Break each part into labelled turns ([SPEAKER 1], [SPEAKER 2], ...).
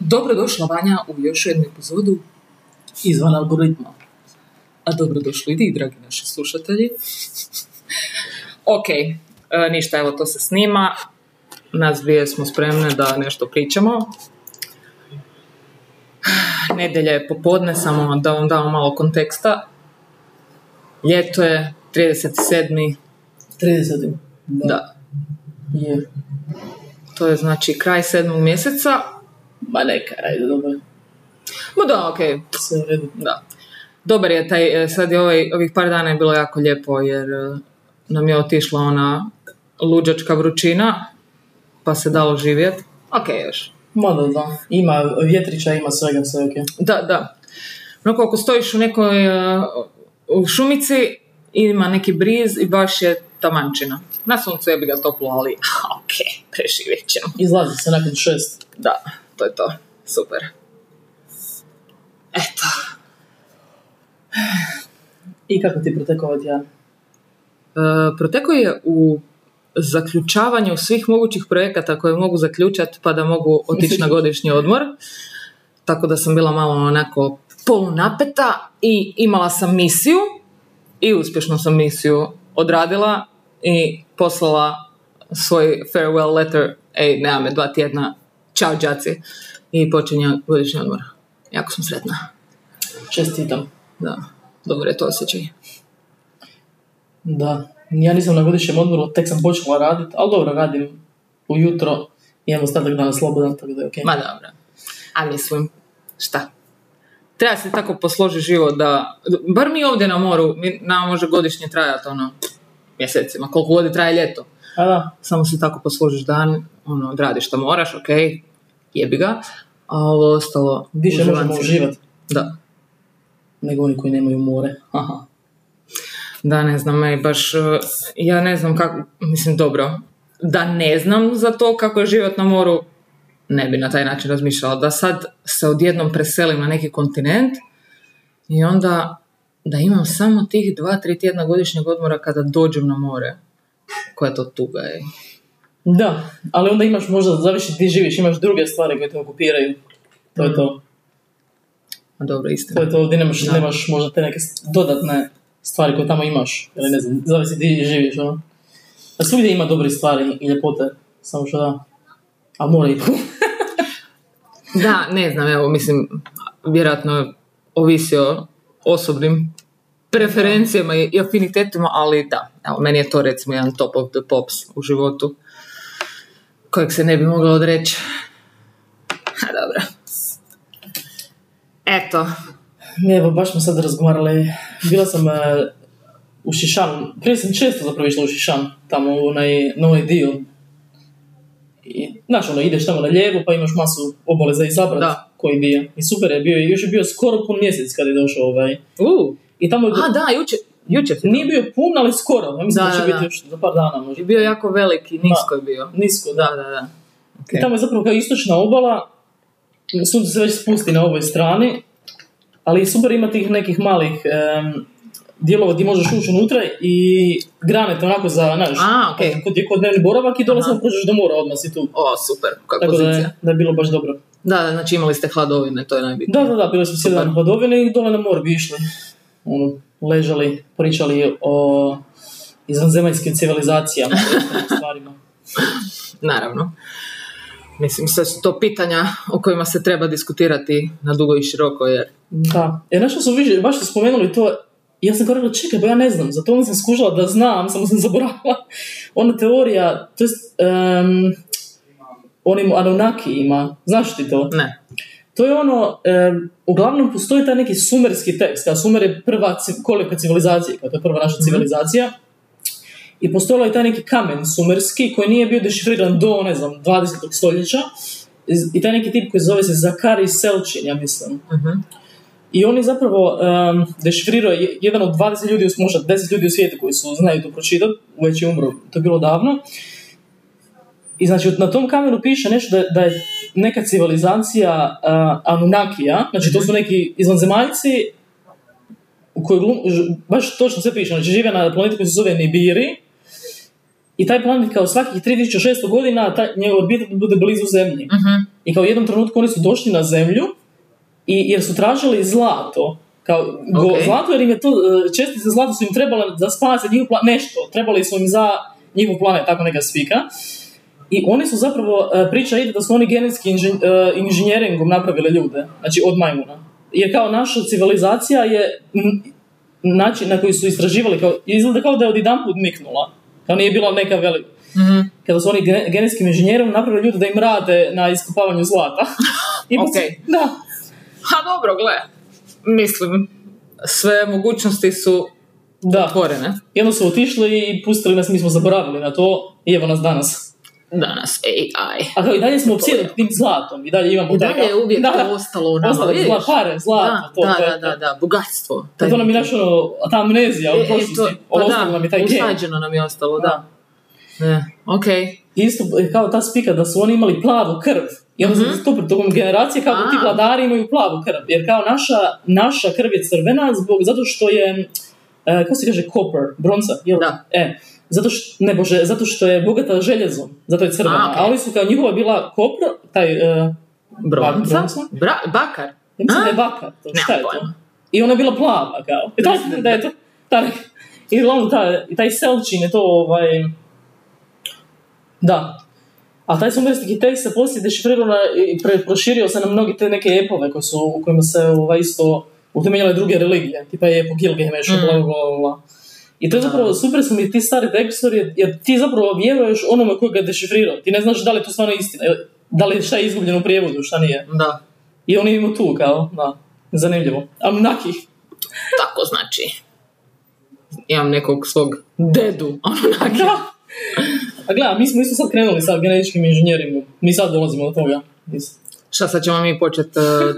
[SPEAKER 1] Dobrodošla Vanja u još jednu epizodu
[SPEAKER 2] izvan algoritma.
[SPEAKER 1] A dobrodošli i vi, dragi naši slušatelji. ok, e, ništa, evo to se snima. Nas dvije smo spremne da nešto pričamo. Nedelja je popodne, samo da vam damo malo konteksta. Ljeto je 37.
[SPEAKER 2] 30. Da.
[SPEAKER 1] Da,
[SPEAKER 2] Je.
[SPEAKER 1] to je znači kraj sedmog mjeseca.
[SPEAKER 2] Ma neka, ajde, dobro.
[SPEAKER 1] Ma da, ok,
[SPEAKER 2] Sve u redu.
[SPEAKER 1] Da. Dobar je taj, e, sad je ovaj, ovih par dana je bilo jako lijepo jer e, nam je otišla ona luđačka vrućina pa se dalo živjeti. Ok, još.
[SPEAKER 2] Ma da, da. Ima vjetrića, ima svega, sve okej.
[SPEAKER 1] Da, da. Onako ako stojiš u nekoj e, u šumici ima neki briz i baš je tamančina. Na suncu je bi ga toplo, ali ok, preživjet ćemo.
[SPEAKER 2] Izlazi se nakon šest.
[SPEAKER 1] Da, to je to. Super. Eto.
[SPEAKER 2] I kako ti protekao ovaj ja?
[SPEAKER 1] E, protekao je u zaključavanju svih mogućih projekata koje mogu zaključati pa da mogu otići na godišnji odmor. Tako da sam bila malo onako polunapeta i imala sam misiju i uspješno sam misiju odradila i poslala svoj farewell letter, ej, nema me dva tjedna, čao đaci i počinja godišnji odmor. Jako sam sretna.
[SPEAKER 2] Čestitam.
[SPEAKER 1] Da, dobro je to osjećaj.
[SPEAKER 2] Da. Ja nisam na godišnjem odmoru, tek sam počela raditi, ali dobro, radim ujutro. Imam ostatak dana slobodan, tako da je okej.
[SPEAKER 1] Ma dobro. A mislim, šta? Treba se tako posloži život da, bar mi ovdje na moru, mi, nam može godišnje trajati ono, mjesecima, koliko god traje ljeto.
[SPEAKER 2] A da,
[SPEAKER 1] Samo se tako posložiš dan, ono, odradiš što moraš, ok, jebi ga, a ovo ostalo...
[SPEAKER 2] više možemo
[SPEAKER 1] uživanci.
[SPEAKER 2] uživati
[SPEAKER 1] Da.
[SPEAKER 2] nego oni koji nemaju more. Aha.
[SPEAKER 1] Da, ne znam, ej, baš, eh, ja ne znam kako, mislim, dobro, da ne znam za to kako je život na moru, ne bi na taj način razmišljala. Da sad se odjednom preselim na neki kontinent i onda da imam samo tih dva, tri tjedna godišnjeg odmora kada dođem na more. Koja to tuga je.
[SPEAKER 2] Da, ali onda imaš možda, zavisi ti živiš, imaš druge stvari koje te okupiraju. To je to.
[SPEAKER 1] Dobro,
[SPEAKER 2] To
[SPEAKER 1] istina.
[SPEAKER 2] je to, ovdje nemaš,
[SPEAKER 1] Da.
[SPEAKER 2] nemaš možda te neke dodatne stvari koje tamo imaš, ili ne znam, zavisi ti živiš, ono. A svugdje ima dobre stvari i ljepote, samo što da, a mora i
[SPEAKER 1] Da, ne znam, evo, mislim, vjerojatno ovisi o osobnim preferencijama i i afinitetima, ali da, evo, meni je to recimo jedan top of the pops u životu kojeg se ne bi mogla odreći. A dobro. Eto,
[SPEAKER 2] Ne, evo, baš smo sad razgovarali, bila sam e, u Šišanu, prije sam često zapravo išla u Šišan, tamo u onaj novi dio. I, znaš, ono, ideš tamo na lijevo, pa imaš masu obale za izabrat
[SPEAKER 1] Da.
[SPEAKER 2] koji dio. I super je bio, i još je bio skoro pun mjesec kad je došao ovaj.
[SPEAKER 1] u,
[SPEAKER 2] I tamo je
[SPEAKER 1] a da, jučer, jučer si
[SPEAKER 2] Nije bio pun, ali skoro. Ja mislim
[SPEAKER 1] Da,
[SPEAKER 2] da, će
[SPEAKER 1] da, da.
[SPEAKER 2] biti još za par dana možda.
[SPEAKER 1] bio. bio jako veliki, nisko je bio.
[SPEAKER 2] Nisko, da.
[SPEAKER 1] Da, da, da. Ok.
[SPEAKER 2] I tamo je zapravo kao istočna obala, sunce se već spusti na ovoj strani, ali super ima tih nekih malih em, dijelova gdje možeš ući unutra i grane te onako za, znaš,
[SPEAKER 1] A, ok.
[SPEAKER 2] kod je kod dnevni boravak i
[SPEAKER 1] Aha.
[SPEAKER 2] dolazno prođeš do mora odmah si tu.
[SPEAKER 1] O, super, kakva
[SPEAKER 2] Tako da
[SPEAKER 1] pozicija.
[SPEAKER 2] je, da je bilo baš dobro.
[SPEAKER 1] Da, da, znači imali ste hladovine, to je najbitnije.
[SPEAKER 2] Da, da, da, bili smo
[SPEAKER 1] Super.
[SPEAKER 2] sjedali na hladovine i dole na more bi išli. Ono, ležali, pričali o izvanzemaljskim civilizacijama, i ostalim stvarima.
[SPEAKER 1] Naravno. Mislim, sve su to pitanja o kojima se treba diskutirati na dugo i široko, jer...
[SPEAKER 2] Da. E, znaš što su više, baš ste spomenuli to, ja sam govorila, čekaj, pa ja ne znam, zato onda sam skužila da znam, samo sam zaboravila. Ona teorija, to jest, um, onim Anunnakijima, znaš ti to?
[SPEAKER 1] Ne.
[SPEAKER 2] To je ono, em, uglavnom postoji taj neki sumerski tekst, a Sumer je prva ci- kolijevka civilizacije, kao to je prva naša civilizacija. I postojalo je taj neki kamen sumerski koji nije bio dešifriran do, ne znam, 20. stoljeća. I- I taj neki tip koji zove se Zakari Selčin, ja mislim.
[SPEAKER 1] Mhm.
[SPEAKER 2] I on je zapravo um, dešifrirao je- jedan od 20 ljudi, možda 10 ljudi u svijetu koji su znaju to pročitati, već je umro, to je bilo davno. I znači na tom kamenu piše nešto da, da je neka civilizacija uh, Anunnakija, znači to su neki izvanzemaljci u kojoj glum, ž- baš točno sve piše, znači žive na planetu koji se zove Nibiri i taj planet kao svakih 3600 godina, taj, njegov orbita bude blizu Zemlji.
[SPEAKER 1] Mhm.
[SPEAKER 2] I kao u jednom trenutku oni su došli na zemlju i, jer su tražili zlato. Kao, go-
[SPEAKER 1] Ok.
[SPEAKER 2] Zlato jer im je to, e, čestice zlata su im trebale da spase njihov pla- nešto. Trebali su im za njihov planet, tako neka svika. I oni su zapravo, e, priča ide da su oni genetski inžen- e, inženjeringom napravili ljude, znači od majmuna. Jer kao naša civilizacija je n- način na koji su istraživali, kao, izgleda kao da je odjedanput miknula. Kao nije bila neka velika.
[SPEAKER 1] Mhm.
[SPEAKER 2] Kada su oni gene- genetskim inženjerom napravili ljude da im rade na iskopavanju zlata. I pa su-
[SPEAKER 1] Okej.
[SPEAKER 2] Da.
[SPEAKER 1] Ha, dobro, gle. Mislim, sve mogućnosti su
[SPEAKER 2] Da.
[SPEAKER 1] otvorene
[SPEAKER 2] Jedno su otišli i pustili nas, mi smo zaboravili na to i evo nas danas.
[SPEAKER 1] danas. AI.
[SPEAKER 2] A kao i dalje smo opsjednuti tim zlatom i dalje imamo
[SPEAKER 1] I dalje je uvijek
[SPEAKER 2] da,
[SPEAKER 1] to ostalo u nama,
[SPEAKER 2] Ostalo je
[SPEAKER 1] vidiš?
[SPEAKER 2] zla- pare, zlato,
[SPEAKER 1] Da,
[SPEAKER 2] to, to
[SPEAKER 1] da,
[SPEAKER 2] je
[SPEAKER 1] da,
[SPEAKER 2] to.
[SPEAKER 1] da, da, bogatstvo.
[SPEAKER 2] To,
[SPEAKER 1] taj
[SPEAKER 2] nam je
[SPEAKER 1] neki.
[SPEAKER 2] naša ono, ta amnezija
[SPEAKER 1] E,
[SPEAKER 2] u
[SPEAKER 1] e, to-
[SPEAKER 2] prošlosti.
[SPEAKER 1] pa
[SPEAKER 2] Ovo
[SPEAKER 1] da,
[SPEAKER 2] ostalo nam je taj gen.
[SPEAKER 1] usađeno nam je ostalo, da. E, ok.
[SPEAKER 2] Isto e, kao ta spika da su oni imali plavu krv. I onda
[SPEAKER 1] Mhm.
[SPEAKER 2] su to tokom generacije kao da ti
[SPEAKER 1] A.
[SPEAKER 2] vladari imaju plavu krv. Jer kao naša, naša krv je crvena zbog, zato što je, e, kako se kaže, copper, bronca, jel?
[SPEAKER 1] Da.
[SPEAKER 2] E, zato što, ne bože, zato što je bogata željezom, zato je crvena.
[SPEAKER 1] A,
[SPEAKER 2] A,
[SPEAKER 1] ok.
[SPEAKER 2] oni su kao njihova bila kopra, taj, e,
[SPEAKER 1] Bronca?
[SPEAKER 2] Bronca?
[SPEAKER 1] Bra- bakar?
[SPEAKER 2] ja mislim
[SPEAKER 1] A?
[SPEAKER 2] da je baka, to, šta je
[SPEAKER 1] Nemam
[SPEAKER 2] to?
[SPEAKER 1] pojma.
[SPEAKER 2] I ona je bila plava, kao. I taj, da je to, taj, i uglavnom ta, i taj selčin je to, ovaj, da. A taj sumerski tekst se poslije dešifrirao na, i pre, proširio se na mnogi te neke epove koje su, u kojima se ovaj, isto utemeljile druge religije, tipa je epo Gilgamesh,
[SPEAKER 1] Mm.
[SPEAKER 2] bla, bla, bla, bla. I to je
[SPEAKER 1] Da.
[SPEAKER 2] zapravo, super su mi ti stari tekstovi, jer, jer ti zapravo vjeruješ onome koji ga je dešifrirao. Ti ne znaš da li je to stvarno istina, ili da li je šta je izgubljeno u prijevodu, šta nije.
[SPEAKER 1] Da,
[SPEAKER 2] I oni imaju tu, kao, da, zanimljivo. Amnaki.
[SPEAKER 1] tako znači. Imam nekog svog dedu, ono, onak.
[SPEAKER 2] Da. A gledaj, mi smo isto sad krenuli sa genetičkim inženjeringom. Mi sad dolazimo do toga. Mislim.
[SPEAKER 1] Šta sad ćemo mi početi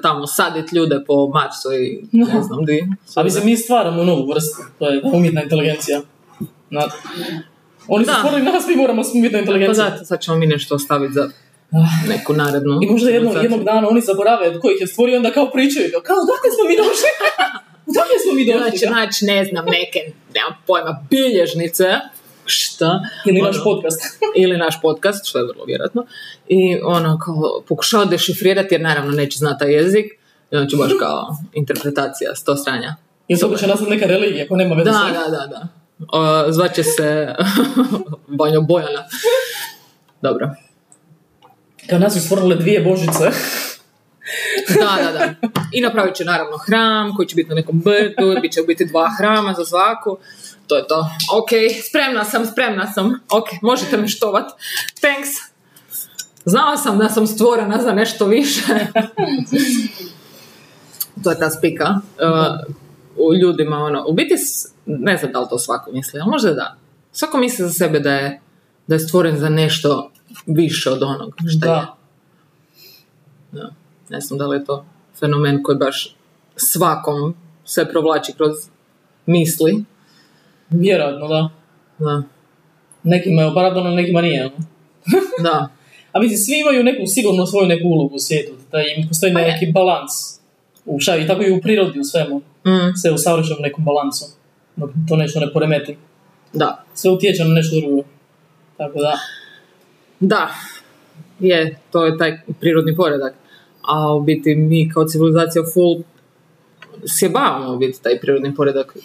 [SPEAKER 1] tamo sadit ljude po Marsu i ne znam di.
[SPEAKER 2] A mislim, mi stvaramo novu vrstu. To je umjetna inteligencija. Na... Oni su
[SPEAKER 1] Da.
[SPEAKER 2] stvorili nas, mi moramo s umjetnom
[SPEAKER 1] Pa
[SPEAKER 2] inteligencijom.
[SPEAKER 1] zato, sad ćemo mi nešto ostaviti za neku narednu.
[SPEAKER 2] Ah. I možda jednog,
[SPEAKER 1] civilizaciju.
[SPEAKER 2] jednog dana oni zaborave tko ih je stvorio, onda kao pričaju. Kao, kao dakle smo mi došli? dakle smo mi
[SPEAKER 1] Onda će
[SPEAKER 2] došli?
[SPEAKER 1] naći, ne znam, neke, nemam pojma, bilježnice. Šta?
[SPEAKER 2] Ili naš
[SPEAKER 1] Ono,
[SPEAKER 2] podcast.
[SPEAKER 1] ili naš podcast, što je vrlo vjerojatno. I ono kao pokušava dešifrirati jer naravno neće znati taj jezik. I onda će baš kao interpretacija sto stranja.
[SPEAKER 2] I to će nastati neka religija koja nema
[SPEAKER 1] Da,
[SPEAKER 2] veze s ovim.
[SPEAKER 1] da, da, da. O, zvaće se Banjo Bojana. Dobro.
[SPEAKER 2] Kao nas su stvorile dvije božice.
[SPEAKER 1] Da, da, da. I napravit će naravno hram koji će biti na nekom brdu, bit će u biti dva hrama za svaku. To je to. Ok, spremna sam, spremna sam. Ok, možete me štovat. Thanks. Znala sam da sam stvorena za nešto više. to je ta spika. uh, u ljudima, ono, u biti, s- ne znam da li to svako misli, ali možda da. Svako misli za sebe da je, da je stvoren za nešto više od onog što je.
[SPEAKER 2] Da.
[SPEAKER 1] Da. Ne znam da li je to fenomen koji baš svakom se provlači kroz misli.
[SPEAKER 2] Vjerojatno, da.
[SPEAKER 1] Da.
[SPEAKER 2] Nekima je opravdano, nekima nije. ono.
[SPEAKER 1] da.
[SPEAKER 2] A mislim, svi imaju neku, sigurno svoju neku ulogu u svijetu, da im postoji
[SPEAKER 1] Pa je.
[SPEAKER 2] neki balans. U šta, i tako i u prirodi, u svemu.
[SPEAKER 1] Mm,
[SPEAKER 2] Sve u savršenom nekom balansu. Dok to nešto ne poremeti.
[SPEAKER 1] da.
[SPEAKER 2] Sve utječe na nešto drugo. Tako da,
[SPEAKER 1] Da. Je, to je taj prirodni poredak. A u biti mi kao civilizacija full sjebavamo u biti taj prirodni poredak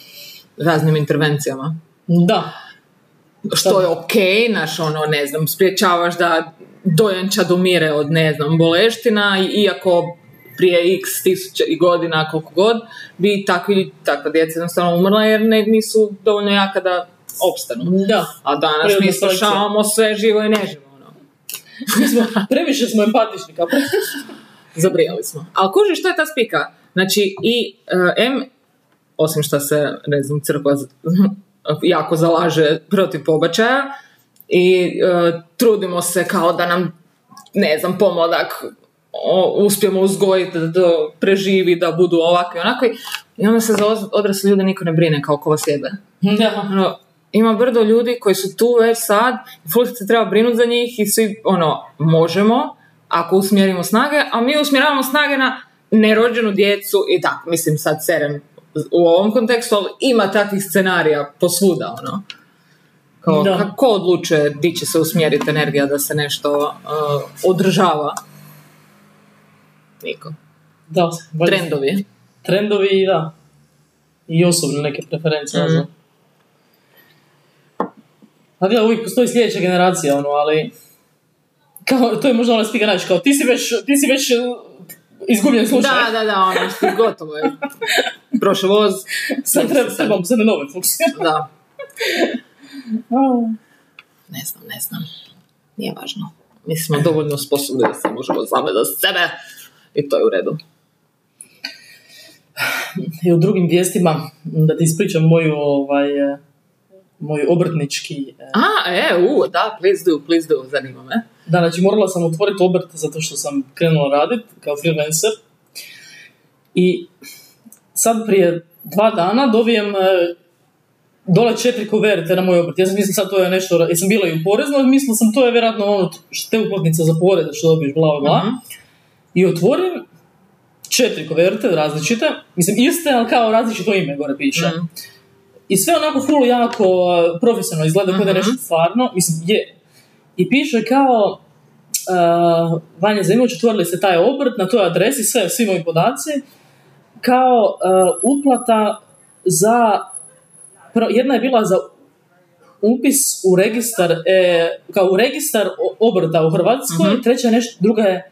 [SPEAKER 1] raznim intervencijama.
[SPEAKER 2] da.
[SPEAKER 1] što je ok, naš ono, ne znam, spriječavaš da dojenčad umire od, ne znam, boleština, i- iako prije x tisuća i godina, koliko god, bi takvi, takva djeca jednostavno umrla jer ne, nisu dovoljno jaka da opstanu.
[SPEAKER 2] Da.
[SPEAKER 1] A danas
[SPEAKER 2] Prirodna
[SPEAKER 1] mi
[SPEAKER 2] selekcija.
[SPEAKER 1] slušavamo sve živo i neživo. Ono.
[SPEAKER 2] Mi smo, previše smo empatični, kao pre...
[SPEAKER 1] Zabrijali smo. Ali kuži, što je ta spika? Znači, i e, M, osim što se, ne znam, crkva z- jako zalaže protiv pobačaja i e, trudimo se kao da nam, ne znam, pomladak o, uspijemo uzgojiti da, da preživi, da budu ovakvi i onakvi. I onda se za oz- odrasle ljude niko ne brine kao ko vas jebe.
[SPEAKER 2] Da.
[SPEAKER 1] Ono, ima brdo ljudi koji su tu već sad, ful se treba brinuti za njih i svi, ono, možemo ako usmjerimo snage, a mi usmjeravamo snage na nerođenu djecu i da, mislim sad serem u ovom kontekstu, ali ima takvih scenarija posvuda, ono. Kao,
[SPEAKER 2] Da.
[SPEAKER 1] kako odlučuje di će se usmjeriti energija da se nešto uh, održava? niko.
[SPEAKER 2] Da, valjda-
[SPEAKER 1] Trendovi.
[SPEAKER 2] Trendovi, da. I osobne neke preferencije, ne znam. Znate da uvijek postoji sljedeća generacija, ono, ali... Kao, to je možda ona stiga naći, kao, ti si već, ti si već uh, izgubljen slučaj.
[SPEAKER 1] Da, da, da, ono, gotovo je. Prošao voz,
[SPEAKER 2] sad treba, trebam se na nove funkcije.
[SPEAKER 1] da. Ne znam, ne znam. Nije važno. Mi smo dovoljno sposobni da se možemo zavedati sebe. I to je u redu.
[SPEAKER 2] I u drugim vijestima, da ti ispričam moju, ovaj, eh, moj obrtnički eh,
[SPEAKER 1] A, e, u, da, please do, please do, zanima me.
[SPEAKER 2] Da, znači morala sam otvoriti obrt zato što sam krenula radit kao freelancer. I sad prije dva dana dobijem e, dole četiri kuverte na moj obrt. Ja sam mislila sad to je nešto, jer sam bila i u poreznoj, mislila sam to je vjerojatno ono te uplatnica za porez što dobiješ, bla, bla, bla.
[SPEAKER 1] Mhm.
[SPEAKER 2] I otvorim četiri koverte različite, mislim iste, ali kao različito ime gore piše.
[SPEAKER 1] Mhm.
[SPEAKER 2] I sve onako full jako uh, profesionalno izgleda kao da je
[SPEAKER 1] Mhm.
[SPEAKER 2] nešto stvarno, mislim je. I piše kao uh, Vanja Zemljić, otvorili ste taj obrt na toj adresi, sve, svi moji podaci, kao uh, uplata za, pro- jedna je bila za upis u registar, e, kao u registar o- obrta u Hrvatskoj, treća je nešto, druga je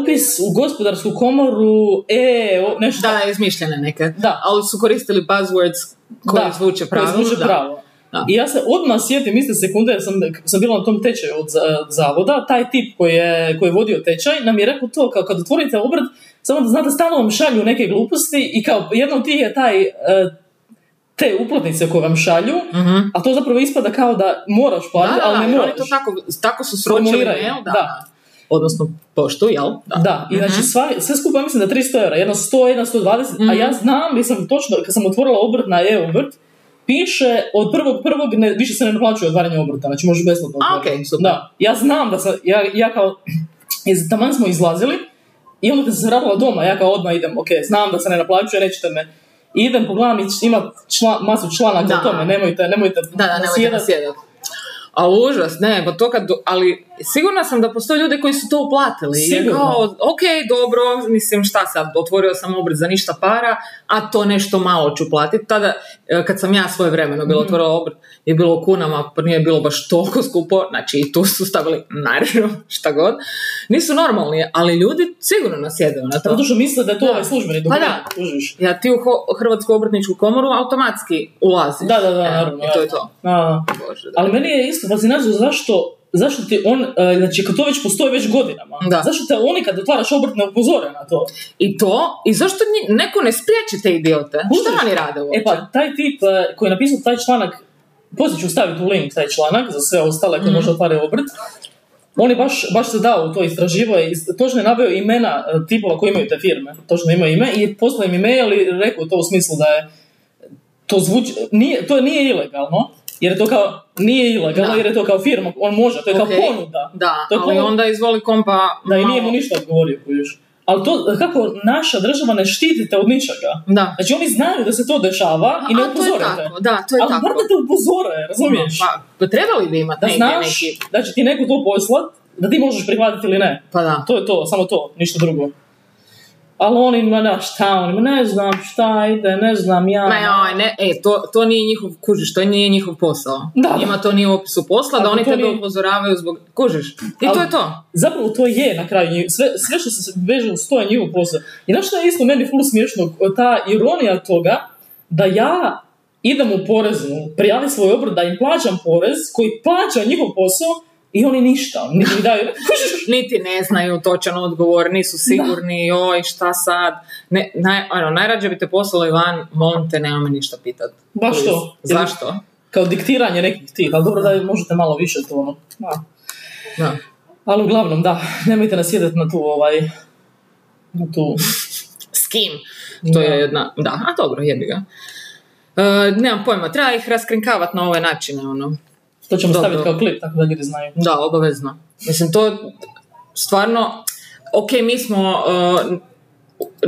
[SPEAKER 2] upis u gospodarsku komoru, e, o- nešto
[SPEAKER 1] Da, izmišljene neke.
[SPEAKER 2] Da.
[SPEAKER 1] Ali su koristili buzzwords koji
[SPEAKER 2] Da,
[SPEAKER 1] zvuče pravilno.
[SPEAKER 2] koji zvuče
[SPEAKER 1] da.
[SPEAKER 2] pravo.
[SPEAKER 1] Da.
[SPEAKER 2] I ja se odmah sjetim iste sekunde, jer sam, sam bila na tom tečaju od za- zavoda, taj tip koji je, koji je vodio tečaj nam je rekao to, kao kad otvorite obrt, samo da znate, stalno vam šalju neke gluposti i kao jedno od tih je taj, e, te uplatnice koje vam šalju,
[SPEAKER 1] Mhm.
[SPEAKER 2] a to zapravo ispada kao da moraš
[SPEAKER 1] Da,
[SPEAKER 2] platiti,
[SPEAKER 1] da,
[SPEAKER 2] ali
[SPEAKER 1] da,
[SPEAKER 2] ne
[SPEAKER 1] jer
[SPEAKER 2] moraš.
[SPEAKER 1] oni to tako, tako su sročili
[SPEAKER 2] Formuliraju,
[SPEAKER 1] mail, da.
[SPEAKER 2] da.
[SPEAKER 1] Odnosno poštu, jel? Da.
[SPEAKER 2] Da, i
[SPEAKER 1] mhm.
[SPEAKER 2] znači sva, sve skupa mislim da 300 eura, jedno 100, jedno 120, a
[SPEAKER 1] Mhm.
[SPEAKER 2] ja znam, sam točno, kad sam otvorila obrt na e-obrt, piše od prvog prvog, ne, više se ne naplaćuje otvaranje obrta, znači možeš besplatno
[SPEAKER 1] A,
[SPEAKER 2] otvoriti.
[SPEAKER 1] okej, super.
[SPEAKER 2] Da, ja znam da sam, ja, ja kao, iz- taman smo izlazili, i onda kad sam se vratila doma, ja kao odmah idem, ok, znam da se ne naplaćuje, nećete me, I idem, pogledam, i ima čla, masu članaka
[SPEAKER 1] Da.
[SPEAKER 2] o tome, nemojte, nemojte
[SPEAKER 1] Da, da, nemojte
[SPEAKER 2] nasjedat.
[SPEAKER 1] nasjedat. A užas, ne, pa to kad, ali sigurna sam da postoje ljudi koji su to uplatili. jer
[SPEAKER 2] Sigurno.
[SPEAKER 1] Kao, ok, dobro, mislim šta sad, otvorio sam obrt za ništa para, a to nešto malo ću platiti. Tada, e, kad sam ja svoje vremeno bila
[SPEAKER 2] Mhm.
[SPEAKER 1] otvorila obrt, je bilo u kunama, pa nije bilo baš toliko skupo, znači i tu su stavili, naravno, šta god. Nisu normalni, ali ljudi sigurno nasjedaju na to.
[SPEAKER 2] Zato što misle da je to
[SPEAKER 1] Da.
[SPEAKER 2] ovaj službeni
[SPEAKER 1] Pa da.
[SPEAKER 2] dokument, kužiš.
[SPEAKER 1] Ja ti u Ho- Hrvatsku obrtničku komoru automatski ulaziš.
[SPEAKER 2] Da, da, da,
[SPEAKER 1] E,
[SPEAKER 2] naravno.
[SPEAKER 1] I to je to.
[SPEAKER 2] Da, da.
[SPEAKER 1] Bože, da.
[SPEAKER 2] Ali meni je isto fascinantno zašto, zašto ti on, e, znači kad to već postoji već godinama,
[SPEAKER 1] Da.
[SPEAKER 2] zašto te oni kad otvaraš obrt ne upozore na to?
[SPEAKER 1] I to, i zašto nji- neko ne spriječi te idiote?
[SPEAKER 2] Kužiš?
[SPEAKER 1] Šta oni rade uopće?
[SPEAKER 2] E pa, taj tip e, koji je napisao taj članak, poslije ću staviti u link taj članak za sve ostale
[SPEAKER 1] Mhm.
[SPEAKER 2] koji možda otvaraju obrt, on je baš, baš se dao u to istraživo i s- točno je naveo imena e, tipova koji imaju te firme, točno imaju ime i poslao im e-mail i rekao to u smislu da je to zvuči, nije, to nije ilegalno, jer je to kao, nije ilegalno,
[SPEAKER 1] Da.
[SPEAKER 2] jer je to kao firma, on može, to je
[SPEAKER 1] Ok.
[SPEAKER 2] kao ponuda.
[SPEAKER 1] Da,
[SPEAKER 2] To je
[SPEAKER 1] ali
[SPEAKER 2] ponuda.
[SPEAKER 1] onda izvoli kompa...
[SPEAKER 2] Da, i
[SPEAKER 1] malo-
[SPEAKER 2] nije mu ništa odgovorio još. Ali to, kako naša država ne štitite od ničega.
[SPEAKER 1] Da.
[SPEAKER 2] Znači oni znaju da se to dešava i ne
[SPEAKER 1] A, to je
[SPEAKER 2] upozore te.
[SPEAKER 1] tako, da, to je
[SPEAKER 2] Ali
[SPEAKER 1] tako.
[SPEAKER 2] bar da te upozore, razumiješ?
[SPEAKER 1] Pa, pa trebali bi imati
[SPEAKER 2] da
[SPEAKER 1] negdje
[SPEAKER 2] znaš
[SPEAKER 1] neki...
[SPEAKER 2] da će ti neko to poslat, da ti možeš prihvatiti ili ne.
[SPEAKER 1] Pa da.
[SPEAKER 2] To je to, samo to, ništa drugo. Ali oni, ma da, šta oni, ma ne znam šta ide, ne znam ja.
[SPEAKER 1] Ma joj, ne, e, to, to nije njihov, kužiš, to nije njihov posao.
[SPEAKER 2] Da.
[SPEAKER 1] Njima to nije u opisu posla, da
[SPEAKER 2] Ako
[SPEAKER 1] oni
[SPEAKER 2] to
[SPEAKER 1] tebe
[SPEAKER 2] nije-
[SPEAKER 1] upozoravaju zbog... Kužiš, i to
[SPEAKER 2] Ali-
[SPEAKER 1] je to.
[SPEAKER 2] Zapravo to je na kraju njih, sve, sve što se veže uz to je njihov posao. I znaš što je isto meni ful smiješno, ta ironija toga da ja idem u poreznu, prijavim svoj obrt, da im plaćam porez koji plaća njihov posao i oni ništa, niti mi daju.
[SPEAKER 1] niti ne znaju točan odgovor, nisu sigurni, joj, šta sad. Ne, naj, ono, najrađe bi te poslali van, molim te, nemoj me ništa pitat.
[SPEAKER 2] Baš
[SPEAKER 1] Please.
[SPEAKER 2] to.
[SPEAKER 1] Zašto?
[SPEAKER 2] Kao diktiranje nekih tih, ali dobro da možete malo više to ono. da.
[SPEAKER 1] Da.
[SPEAKER 2] Ali uglavnom, da, nemojte nasjedati na tu ovaj, na tu,
[SPEAKER 1] S kim? To je jedna, da, a dobro, jebi ga. E, nemam pojma, treba ih raskrinkavati na ove načine, ono.
[SPEAKER 2] to ćemo
[SPEAKER 1] Dobro.
[SPEAKER 2] staviti kao klip, tako da ljudi znaju.
[SPEAKER 1] Da, obavezno. Mislim, to stvarno, ok, mi smo, e,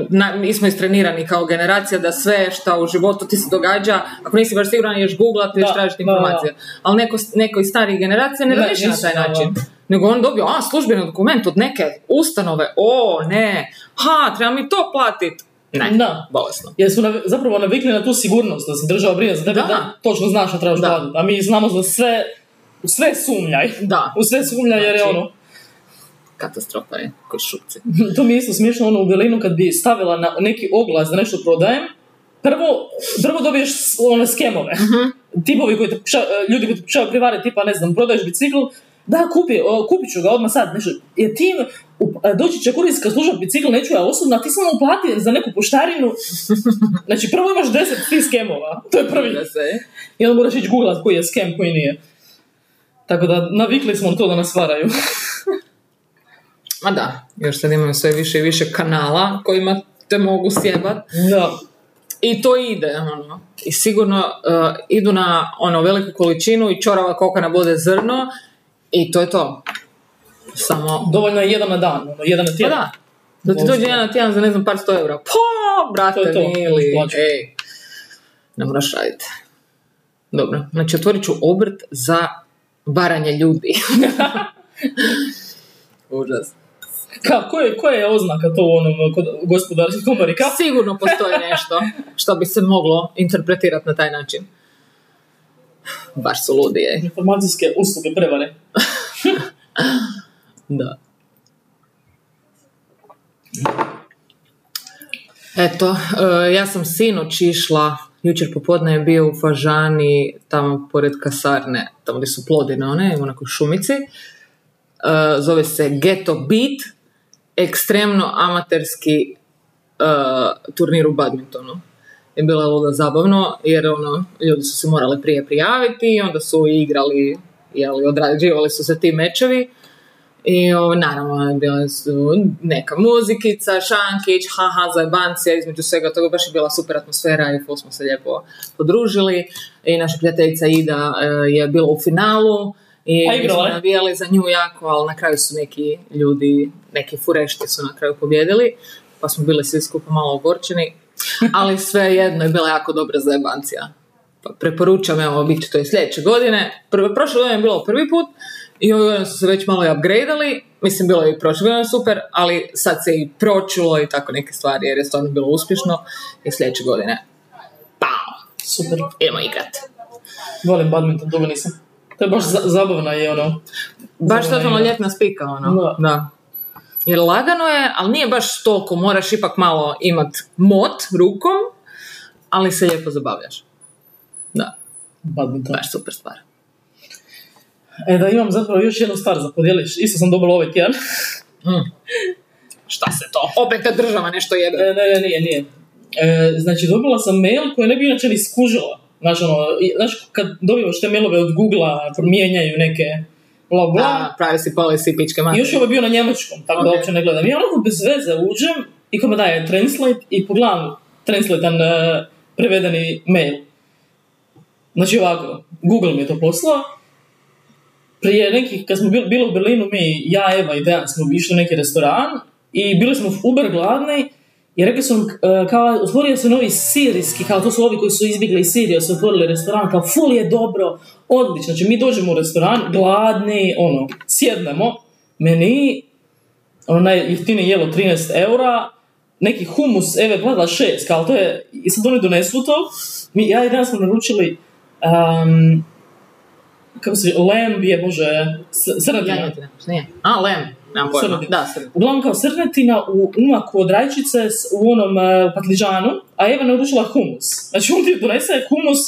[SPEAKER 1] na, mi smo istrenirani kao generacija da sve što u životu ti se događa, ako nisi baš siguran, ješ googlat, ješ
[SPEAKER 2] Da,
[SPEAKER 1] tražiti
[SPEAKER 2] da, da.
[SPEAKER 1] informacije. Ali neko, neko iz starih generacija ne
[SPEAKER 2] Ne,
[SPEAKER 1] razmišlja na taj
[SPEAKER 2] nisu, da,
[SPEAKER 1] način. Nego on dobio, a, službeni dokument od neke ustanove, o, ne, ha, treba mi to platit. Ne,
[SPEAKER 2] Da.
[SPEAKER 1] bolesno.
[SPEAKER 2] Jer su nav- zapravo navikli na tu sigurnost, da se država brine za tebe,
[SPEAKER 1] Da.
[SPEAKER 2] da, točno znaš što trebaš
[SPEAKER 1] Da.
[SPEAKER 2] raditi. A mi znamo za sve, u sve sumnjaj.
[SPEAKER 1] Da,
[SPEAKER 2] U sve sumnjaj jer je
[SPEAKER 1] Znači-
[SPEAKER 2] ono,
[SPEAKER 1] katastrofa je, koji šupci.
[SPEAKER 2] to mi je isto smiješno ono u Berlinu kad bi stavila na neki oglas da nešto prodajem, prvo, prvo dobiješ s- one skemove. Tipovi koji te pokuša- e, ljudi koji te pokušavaju privariti, tipa ne znam, prodaješ bicikl, da, kupi, o, kupit ću ga odmah sad, nešto. Jer ti, u- a, doći će kurijska služba bicikl, neću ja osobno, a ti samo uplati za neku poštarinu. Znači, prvo imaš deset tih skemova. To je prvi.
[SPEAKER 1] Da se je.
[SPEAKER 2] I onda moraš ići googlat koji je scam, koji nije. Tako da, navikli smo na to da nas varaju.
[SPEAKER 1] Ma da, još sad imaju sve više i više kanala kojima te mogu sjebat.
[SPEAKER 2] da.
[SPEAKER 1] I to ide, ono. I sigurno eh, idu na ono veliku količinu i čorava koliko nam bude zrno i to je to. Samo,
[SPEAKER 2] Dovoljno je jedan na dan, ono, jedan na
[SPEAKER 1] pa
[SPEAKER 2] tjedan.
[SPEAKER 1] da. Da ti dođe jedan tjedan za ne znam par sto eura. Po, brate,
[SPEAKER 2] To je to,
[SPEAKER 1] mili,
[SPEAKER 2] plaću.
[SPEAKER 1] ej. Ne moraš raditi. Dobro, znači otvorit ću obrt za varanje ljudi. Užas.
[SPEAKER 2] Ka, ko, je, koja je oznaka to u onom eh, kod gospodarskoj komori? Ka,
[SPEAKER 1] Sigurno postoji nešto što bi se moglo interpretirati na taj način. Baš su ludi, ej.
[SPEAKER 2] informacijske usluge prevare.
[SPEAKER 1] Da. Eto, e, ja sam sinoć išla, jučer popodne je bio u Fažani, tamo pored kasarne, tamo gdje su plodine one, u onakoj šumici. E, Zove se Ghetto Beat, ekstremno amaterski e, turnir u badmintonu. Je bila luda zabavno, jer ono, ljudi su se morali prije prijaviti i onda su igrali, jeli, odrađivali su se ti mečevi. I o, naravno, bila su neka muzikica, šankić, haha, zajebancija, između svega toga baš je bila super atmosfera i ful smo se lijepo podružili. I naša prijateljica Ida e, je bila u finalu i
[SPEAKER 2] A igrala
[SPEAKER 1] mi
[SPEAKER 2] je?
[SPEAKER 1] smo navijali za nju jako, ali na kraju su neki ljudi, neki furešti su na kraju pobjedili, pa smo bili svi skupa malo ogorčeni, ali svejedno je bila jako dobra zajebancija. Pa preporučam, evo, bit će to i sljedeće godine. Prvo, prošle godine je bilo prvi put i ove godine su se već malo i upgradeali. Mislim, bilo je i prošle godine super, ali sad se i pročulo i tako neke stvari jer je stvarno bilo uspješno i sljedeće godine. Pa,
[SPEAKER 2] Super.
[SPEAKER 1] idemo igrat.
[SPEAKER 2] Volim badminton, dugo nisam. To je baš za- zabavna je ono.
[SPEAKER 1] Baš
[SPEAKER 2] Zabavna
[SPEAKER 1] totalno
[SPEAKER 2] igra.
[SPEAKER 1] ljetna spika, ono.
[SPEAKER 2] Da.
[SPEAKER 1] Da. Jer lagano je, ali nije baš toliko, moraš ipak malo imat mot rukom, ali se lijepo zabavljaš. Da,
[SPEAKER 2] Badminton.
[SPEAKER 1] baš super stvar.
[SPEAKER 2] E da imam zapravo još jednu stvar za podijeliš. Isto sam dobila ovaj tjedan. Mm.
[SPEAKER 1] Šta se to? Opet ta država nešto jede.
[SPEAKER 2] E, ne, ne, nije, nije. E, znači, dobila sam mail koji ne bi inače ni skužila. Znači, ono, i- znaš, kad dobivaš te mailove od Google-a, mijenjaju neke bla bla,
[SPEAKER 1] Da, pravi si policy pičke
[SPEAKER 2] I
[SPEAKER 1] mati.
[SPEAKER 2] još je ovaj bio na njemačkom, tako da
[SPEAKER 1] Ok.
[SPEAKER 2] uopće ne gledam. Ja onako bez veze uđem i kome daje translate i pogledam translatean e, prevedeni mail. Znači ovako, Google mi je to poslao. Prije nekih, kad smo bili, bili u Berlinu, mi, ja, Eva i Dejan smo išli u neki restoran i bili smo uber gladni i rekli su nam, e, kao, otvorio se novi sirijski, kao to su ovi koji su izbjegli iz Sirije, su otvorili restoran, kao, ful je dobro, odlično. Znači, mi dođemo u restoran, gladni, ono, sjednemo, meni, ono najjeftinije jelo 13 eura, neki humus, Eve je platila 6, kao to je, i sad oni donesu to, mi, ja i danas smo naručili, um, kako se, lamb je, bože, s- srnatina.
[SPEAKER 1] Janjetina, šta nije? A, lem. Nemam pojma.
[SPEAKER 2] Srnatina.
[SPEAKER 1] Da, srnatina.
[SPEAKER 2] Uglavnom kao srnetina u umaku od rajčice s- u onom e, patliđanu, a Eva je naručila humus. Znači on ti donese humus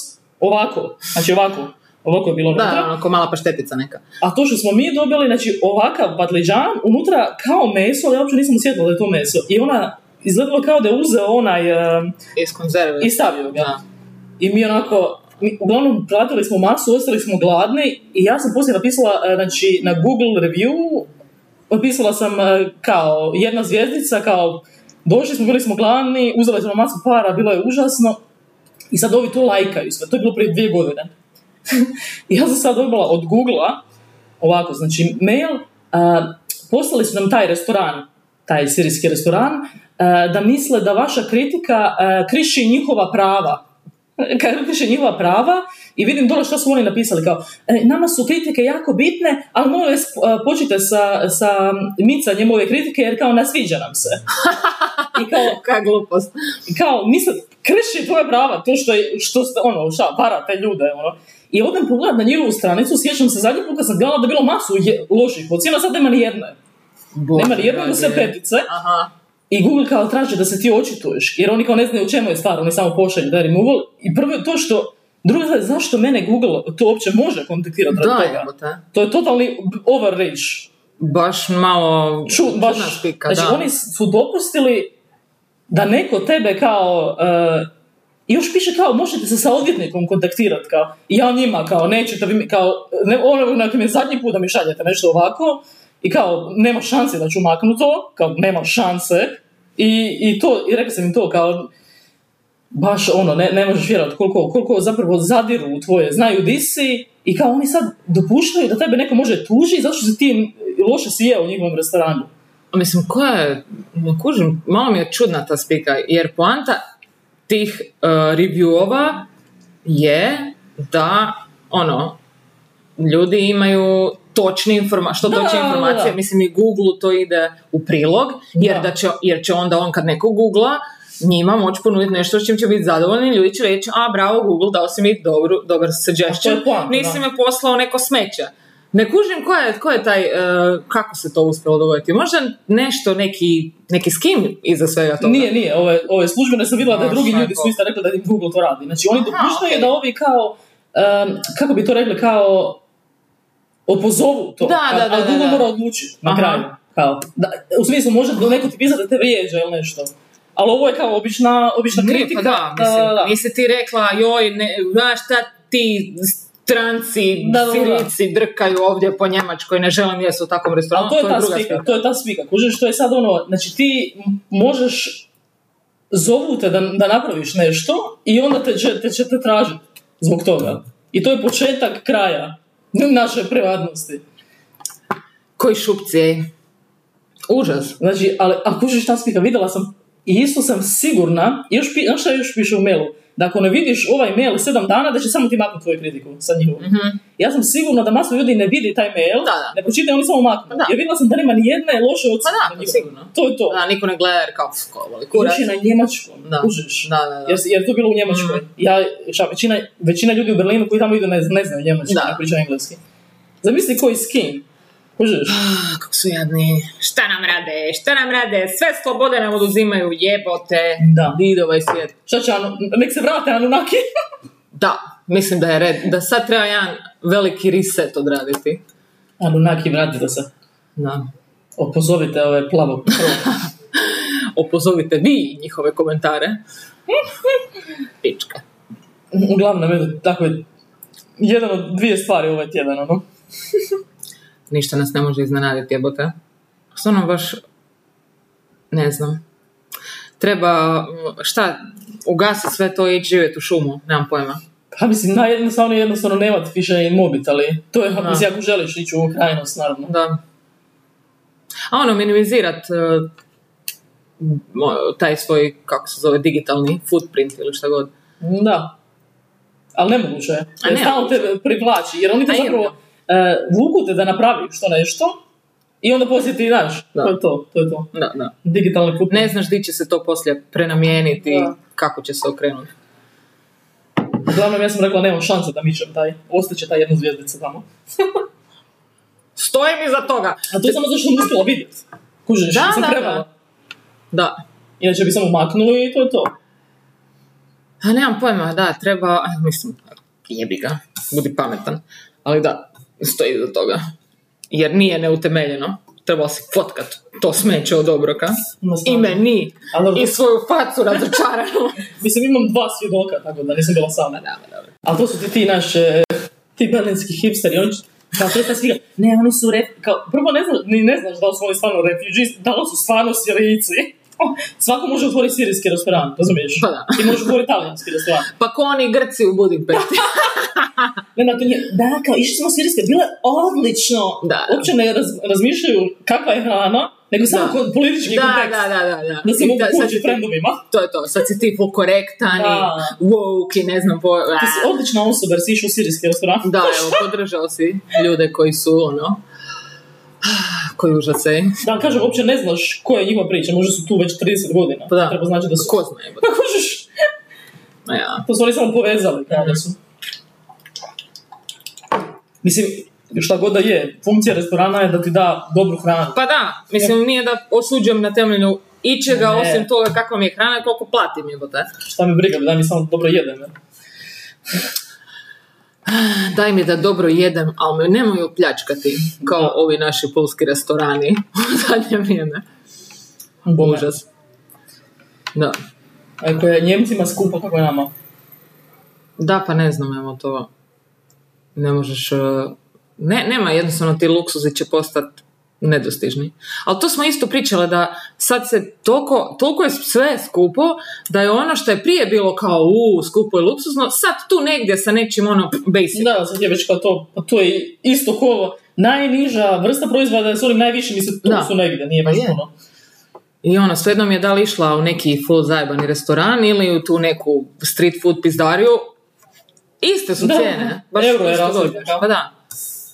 [SPEAKER 2] ovako, znači ovako, ovako je bilo unutra.
[SPEAKER 1] Da, ono, ko mala paštetica neka.
[SPEAKER 2] A to što smo mi dobili, znači ovakav patliđan, unutra kao meso, ali ja uopće nisam osjetila da je to meso. I ona izgledala kao da je uzeo onaj e,
[SPEAKER 1] Iz konzerve.
[SPEAKER 2] i stavio ga.
[SPEAKER 1] Da.
[SPEAKER 2] I mi onako, mi, uglavnom platili smo masu, ostali smo gladni i ja sam poslije napisala, e, znači na Google review, napisala sam e, kao jedna zvijezdica, kao došli smo, bili smo gladni, uzeli smo masu para, bilo je užasno. I sad ovi to lajkaju sve, to je bilo prije dvije godine. I ja sam sad dobila od Google-a, ovako, znači mail, a, poslali su nam taj restoran, taj sirijski restoran, e, da misle da vaša kritika e, kriši njihova prava. Kako kriši njihova prava i vidim dole što su oni napisali kao e, nama su kritike jako bitne, ali molim vas e, počnite sa, sa micanjem ove kritike jer kao ne sviđa nam se. I kao,
[SPEAKER 1] Kakva glupost.
[SPEAKER 2] kao misle, krši tvoje prava, to što, je- što ste, ono, šta, varate ljude, ono. I odem pogledam na njihovu stranicu, sjećam se zadnji put kad sam gledala da je bilo masu je, loših ocjena, sad nema ni jedne.
[SPEAKER 1] Bože,
[SPEAKER 2] Nema ni jedne, nego sve
[SPEAKER 1] dragi.
[SPEAKER 2] petice.
[SPEAKER 1] Aha.
[SPEAKER 2] I Google kao traži da se ti očituješ, jer oni kao ne znaju u čemu je stvar, oni samo pošalju da removal. I prvo je to što, drugo je zašto mene Google to uopće može kontaktirati radi
[SPEAKER 1] Da,
[SPEAKER 2] toga.
[SPEAKER 1] jebote.
[SPEAKER 2] To je totalni overreach.
[SPEAKER 1] Baš malo...
[SPEAKER 2] Ču, baš,
[SPEAKER 1] čudna spika,
[SPEAKER 2] znači
[SPEAKER 1] da.
[SPEAKER 2] oni su dopustili da neko tebe kao, e, i još piše kao možete se sa odvjetnikom kontaktirati kao, i ja njima kao nećete vi mi kao, ne, ono na mi je zadnji put da mi šaljete nešto ovako i kao nema šanse da ću maknuti to, kao nema šanse i, i to, i rekao sam im to kao baš ono, ne, ne možeš vjerovati koliko, koliko zapravo zadiru u tvoje, znaju di si i kao oni sad dopuštaju da tebe neko može tuži zato što si ti loše sijeo u njihovom restoranu.
[SPEAKER 1] Mislim, koja je, ne kužim, malo mi je čudna ta spika, jer poanta tih eh, reviewova je da, ono, ljudi imaju točne informacije, što
[SPEAKER 2] Da,
[SPEAKER 1] točne
[SPEAKER 2] da, da,
[SPEAKER 1] informacije,
[SPEAKER 2] da.
[SPEAKER 1] mislim i Google to ide u prilog, jer,
[SPEAKER 2] Da.
[SPEAKER 1] da će, jer će onda on kad neko googla, njima moći ponuditi nešto s čim će biti zadovoljni, ljudi će reći, a bravo Google, dao si mi dobru, dobar
[SPEAKER 2] A to
[SPEAKER 1] suggestion,
[SPEAKER 2] je poanta,
[SPEAKER 1] nisi
[SPEAKER 2] da.
[SPEAKER 1] me poslao neko smeće. Ne kužim ko je, ko je taj, e, kako se to uspjelo dogoditi. Možda nešto, neki, neki skim iza svega toga.
[SPEAKER 2] Nije, nije, ove, ove službene sam vidjela da
[SPEAKER 1] Baš
[SPEAKER 2] drugi ljudi
[SPEAKER 1] tako.
[SPEAKER 2] su isto rekli da im Google to radi. Znači oni
[SPEAKER 1] Aha,
[SPEAKER 2] dopuštaju
[SPEAKER 1] okej.
[SPEAKER 2] da ovi kao, em, kako bi to rekli, kao opozovu to,
[SPEAKER 1] Da,
[SPEAKER 2] a-
[SPEAKER 1] da, da,
[SPEAKER 2] ali
[SPEAKER 1] da,
[SPEAKER 2] Google
[SPEAKER 1] da.
[SPEAKER 2] mora odlučiti na
[SPEAKER 1] Aha.
[SPEAKER 2] kraju. Kao, da, u smislu, može da neko ti pisa da te vrijeđa ili nešto. Ali ovo je kao obična, obična
[SPEAKER 1] Nije,
[SPEAKER 2] kritika.
[SPEAKER 1] pa da, mislim,
[SPEAKER 2] da, da.
[SPEAKER 1] nisi ti rekla, joj, ne, znaš šta ti stranci,
[SPEAKER 2] Da, da, da.
[SPEAKER 1] sirici drkaju ovdje po Njemačkoj, ne želim jesti u takvom restoranu,
[SPEAKER 2] Ali to je ta
[SPEAKER 1] druga
[SPEAKER 2] spika,
[SPEAKER 1] stvar.
[SPEAKER 2] to je ta spika. Kužiš, to je sad ono, znači ti m- možeš zovu te da, da napraviš nešto i onda te će te, će te tražiti zbog toga. I to je početak kraja naše privatnosti.
[SPEAKER 1] Koji šupci, ej. Užas.
[SPEAKER 2] Znači, ali ako kužiš ta spika, vidjela sam i isto sam sigurna, i još, pi- znaš šta još piše u mailu? Da ako ne vidiš ovaj mail sedam dana, da će samo ti maknuti tvoju kritiku sa njihovom. Ja sam sigurna da masu ljudi ne vidi taj mail,
[SPEAKER 1] Mhm. Da, da.
[SPEAKER 2] ne pročitaju, oni samo maknu.
[SPEAKER 1] Pa da.
[SPEAKER 2] Jer vidjela sam da nema ni jedne loše
[SPEAKER 1] Pa
[SPEAKER 2] ocjene.
[SPEAKER 1] da,
[SPEAKER 2] na
[SPEAKER 1] pa
[SPEAKER 2] njihovom.
[SPEAKER 1] sigurno.
[SPEAKER 2] To je to.
[SPEAKER 1] Da, niko ne gleda jer kao, "Pf, ko voli kurac."
[SPEAKER 2] Još je na njemačkom,
[SPEAKER 1] Da.
[SPEAKER 2] kužiš.
[SPEAKER 1] Da, da, Mm. da.
[SPEAKER 2] Jer, jer to je bilo u Njemačkoj. Ja, šta, većina, većina ljudi u Berlinu koji tamo idu ne, ne znaju njemački,
[SPEAKER 1] Da.
[SPEAKER 2] ne pričaju engleski. Zamisli koji skin. Kužiš?
[SPEAKER 1] Ah, Kako su jadni. Šta nam rade, šta nam rade, sve slobode nam oduzimaju, jebote.
[SPEAKER 2] Da.
[SPEAKER 1] Vidi ovaj svijet.
[SPEAKER 2] Šta će, anu, nek se vrate Anunnaki.
[SPEAKER 1] Da, mislim da je red, da sad treba jedan veliki reset odraditi.
[SPEAKER 2] Anunnaki, vratite se.
[SPEAKER 1] Da.
[SPEAKER 2] Opozovite ove plavo krov.
[SPEAKER 1] Opozovite vi njihove komentare. Pička.
[SPEAKER 2] Uglavnom, eto, tako je. Jedan od dvije stvari ovaj tjedan, ono.
[SPEAKER 1] Ništa nas ne može iznenaditi, jebote. Stvarno baš, ne znam. Treba, mm, šta, ugasi sve to i ići živjeti u šumu, nemam pojma.
[SPEAKER 2] Pa mislim, najjednostavno je jednostavno nemat više i mobit, ali to je, mislim, ako želiš ići u krajnost, naravno.
[SPEAKER 1] Da. A ono, minimizirat e, mo- taj svoj, kako se zove, digitalni footprint ili šta god.
[SPEAKER 2] Da. Ali nemoguće je.
[SPEAKER 1] A
[SPEAKER 2] Jer
[SPEAKER 1] ne,
[SPEAKER 2] stalno te privlači. Jer oni te
[SPEAKER 1] A je,
[SPEAKER 2] zapravo e, vuku te da napraviš to nešto i onda poslije ti daš.
[SPEAKER 1] Da.
[SPEAKER 2] To je to. To je to.
[SPEAKER 1] Da, da.
[SPEAKER 2] Digitalni put.
[SPEAKER 1] Ne znaš di će se to poslije prenamijeniti,
[SPEAKER 2] Da.
[SPEAKER 1] kako će se okrenuti.
[SPEAKER 2] Uglavnom ja sam rekla nemam šanse da mičem taj. Ostaće ta jedna zvijezdica tamo.
[SPEAKER 1] Stojim iza toga!
[SPEAKER 2] A to je samo zato što sam uspjela vidjeti. Kužiš,
[SPEAKER 1] Da,
[SPEAKER 2] sam
[SPEAKER 1] da,
[SPEAKER 2] trebala.
[SPEAKER 1] da. Da.
[SPEAKER 2] Inače bi samo maknuli i to je to.
[SPEAKER 1] A nemam pojma, da, treba, a, mislim, jebi ga, budi pametan. Ali da, stoji iza toga. Jer nije neutemeljeno. Trebao si fotkat to smeće od obroka.
[SPEAKER 2] Ma,
[SPEAKER 1] I
[SPEAKER 2] stvarno.
[SPEAKER 1] meni.
[SPEAKER 2] Ali dobro.
[SPEAKER 1] I svoju facu razočaranu.
[SPEAKER 2] Mislim imam dva svjedoka, tako da nisam bila sama.
[SPEAKER 1] Da, da, da.
[SPEAKER 2] Ali to su ti, ti naš, e, ti berlinski hipsteri, oni će- kao to je ta slika. Ne, oni su, ref, kao, prvo ne, zna, ni ne znaš da li su oni stvarno refugees, da li su stvarno sirici. Svako može otvoriti sirijski restoran, razumiješ?
[SPEAKER 1] Pa da.
[SPEAKER 2] Ti možeš otvoriti talijanski restoran.
[SPEAKER 1] Pa ko oni Grci u Budimpešti.
[SPEAKER 2] Ne, da, to nije, da, kao išli smo u sirijske, bilo je odlično.
[SPEAKER 1] Da, da.
[SPEAKER 2] Uopće ne raz- razmišljaju kakva je hrana, nego samo
[SPEAKER 1] Da.
[SPEAKER 2] kon- politički
[SPEAKER 1] da,
[SPEAKER 2] kontekst.
[SPEAKER 1] da, da, da, da.
[SPEAKER 2] Da se
[SPEAKER 1] I
[SPEAKER 2] mogu
[SPEAKER 1] da, znači- sad
[SPEAKER 2] kući
[SPEAKER 1] si ti-
[SPEAKER 2] frendovima.
[SPEAKER 1] To je to, sad si ti korektan i
[SPEAKER 2] Da.
[SPEAKER 1] woke i ne znam po...
[SPEAKER 2] Ti si odlična osoba jer si išao u sirijski restoran.
[SPEAKER 1] Da, evo, podržao si ljude koji su, ono, koji užasej.
[SPEAKER 2] Da, kažem, uopće ne znaš koja je njihova priča, možda su tu već 30 godina.
[SPEAKER 1] Pa da.
[SPEAKER 2] Treba znači da su...
[SPEAKER 1] Ko zna, jebote.
[SPEAKER 2] Pa kužiš,
[SPEAKER 1] Ma Ja.
[SPEAKER 2] to su oni samo povezali, kao da su. Mislim, šta god da je, funkcija restorana je da ti da dobru hranu.
[SPEAKER 1] Pa da, mislim, nije da osuđujem na temelju ičega,
[SPEAKER 2] Ne.
[SPEAKER 1] osim toga kakva mi je hrana i koliko platim, jebote.
[SPEAKER 2] Šta me briga, da mi samo dobro jedem. ne?
[SPEAKER 1] Daj mi da dobro jedem, ali me nemoj opljačkati, kao ovi naši polski restorani u zadnje vrijeme.
[SPEAKER 2] Bome.
[SPEAKER 1] Užas. Da.
[SPEAKER 2] Ako je Njemcima skupa, kako je nama.
[SPEAKER 1] Da, pa ne znam, evo to. Ne možeš... eh, Ne, nema, jednostavno ti luksuzi će postati nedostižni. Ali to smo isto pričale da sad se toliko, toliko je sve skupo da je ono što je prije bilo kao u skupo i luksuzno, sad tu negdje sa nečim ono basic.
[SPEAKER 2] Da, sad je već kao to, pa to je isto ko najniža vrsta proizvoda s onim najvišim i se tu
[SPEAKER 1] Da.
[SPEAKER 2] su negdje, nije
[SPEAKER 1] Pa
[SPEAKER 2] baš
[SPEAKER 1] je.
[SPEAKER 2] puno.
[SPEAKER 1] I ono, svejedno mi je da li išla u neki full zajebani restoran ili u tu neku street food pizdariju. Iste su
[SPEAKER 2] Da,
[SPEAKER 1] cijene.
[SPEAKER 2] euro je
[SPEAKER 1] isto
[SPEAKER 2] razlika,
[SPEAKER 1] dođeš.
[SPEAKER 2] da.
[SPEAKER 1] Pa da.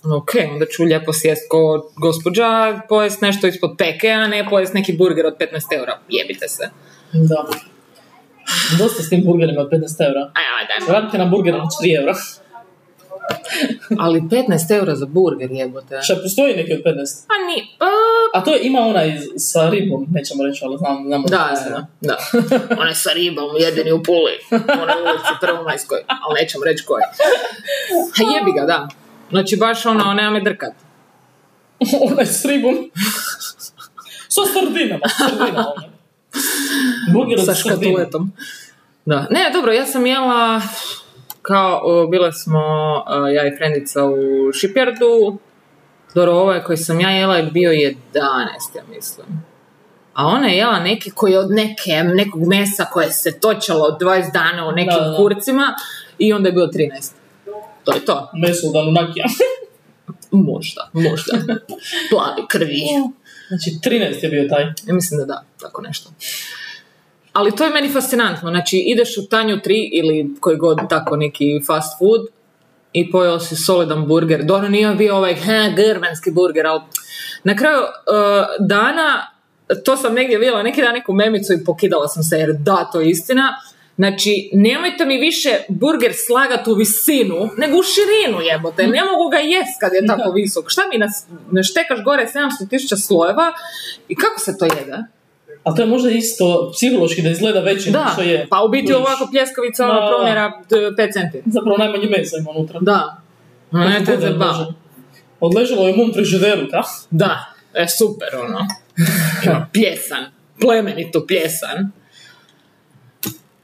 [SPEAKER 1] No, ok, onda ću lijepo sjest ko gospođa, pojest nešto ispod peke, a ne pojest neki burger od 15 eura. Jebite se.
[SPEAKER 2] Da. Dosta s tim burgerima od 15 eura.
[SPEAKER 1] Aj, aj, daj.
[SPEAKER 2] Radite na burger od 3 eura.
[SPEAKER 1] Ali 15 eura za burger jebote.
[SPEAKER 2] Šta, postoji neki od 15?
[SPEAKER 1] Pa ni... pa,
[SPEAKER 2] A to je, ima onaj sa ribom, nećemo reći, ali znam, znamo.
[SPEAKER 1] Da, da, da. Ona je sa ribom, jedini u Puli. Ona je u ulici Prvomajskoj, ali nećem reći koji. A jebi ga, da. Znači baš ono, nema me drkat.
[SPEAKER 2] onaj s ribom. Sa sardinama, s sardinama. ono. onaj. Burger
[SPEAKER 1] sa
[SPEAKER 2] od sardina.
[SPEAKER 1] škatuletom. Da. Ne, dobro, ja sam jela kao, o, bile smo e, ja i frendica u Šipjardu. Dobro, ovaj koji sam ja jela je bio 11, ja mislim. A ona je jela neki koji je od neke, nekog mesa koje se točalo od 20 dana u nekim
[SPEAKER 2] Da, da.
[SPEAKER 1] kurcima i onda je bilo 13. To je to.
[SPEAKER 2] Meso od Anunnakija.
[SPEAKER 1] Možda, možda. Plavi krvi.
[SPEAKER 2] Znači, 13 je bio taj.
[SPEAKER 1] Ja mislim da da, tako nešto. Ali to je meni fascinantno. Znači, ideš u Tanju 3 ili koji god tako neki fast food i pojeo si solidan burger. Dobro, nije bio ovaj he, grmanski burger, ali na kraju eh, dana, to sam negdje vidjela, neki dan neku memicu i pokidala sam se jer da, to je istina. Znači, nemojte mi više burger slagat u visinu, nego u širinu jebote. Ne mogu ga jest kad je tako visok. Šta mi nas, ne štekaš gore 700 tisuća slojeva i kako se to jede?
[SPEAKER 2] A to je možda isto psihološki da izgleda veći nego
[SPEAKER 1] Da,
[SPEAKER 2] Znači, što je.
[SPEAKER 1] pa u biti
[SPEAKER 2] Kužiš.
[SPEAKER 1] ovako pljeskavica
[SPEAKER 2] Da,
[SPEAKER 1] ono
[SPEAKER 2] da.
[SPEAKER 1] promjera 5 centi.
[SPEAKER 2] Zapravo najmanje mesa ima unutra.
[SPEAKER 1] Da. Ma Ne
[SPEAKER 2] Kako
[SPEAKER 1] te
[SPEAKER 2] god je
[SPEAKER 1] zajebava.
[SPEAKER 2] odležalo. Odležalo je u mom frižideru, ka?
[SPEAKER 1] Da, e, super ono. Ima pljesan, plemenito pljesan.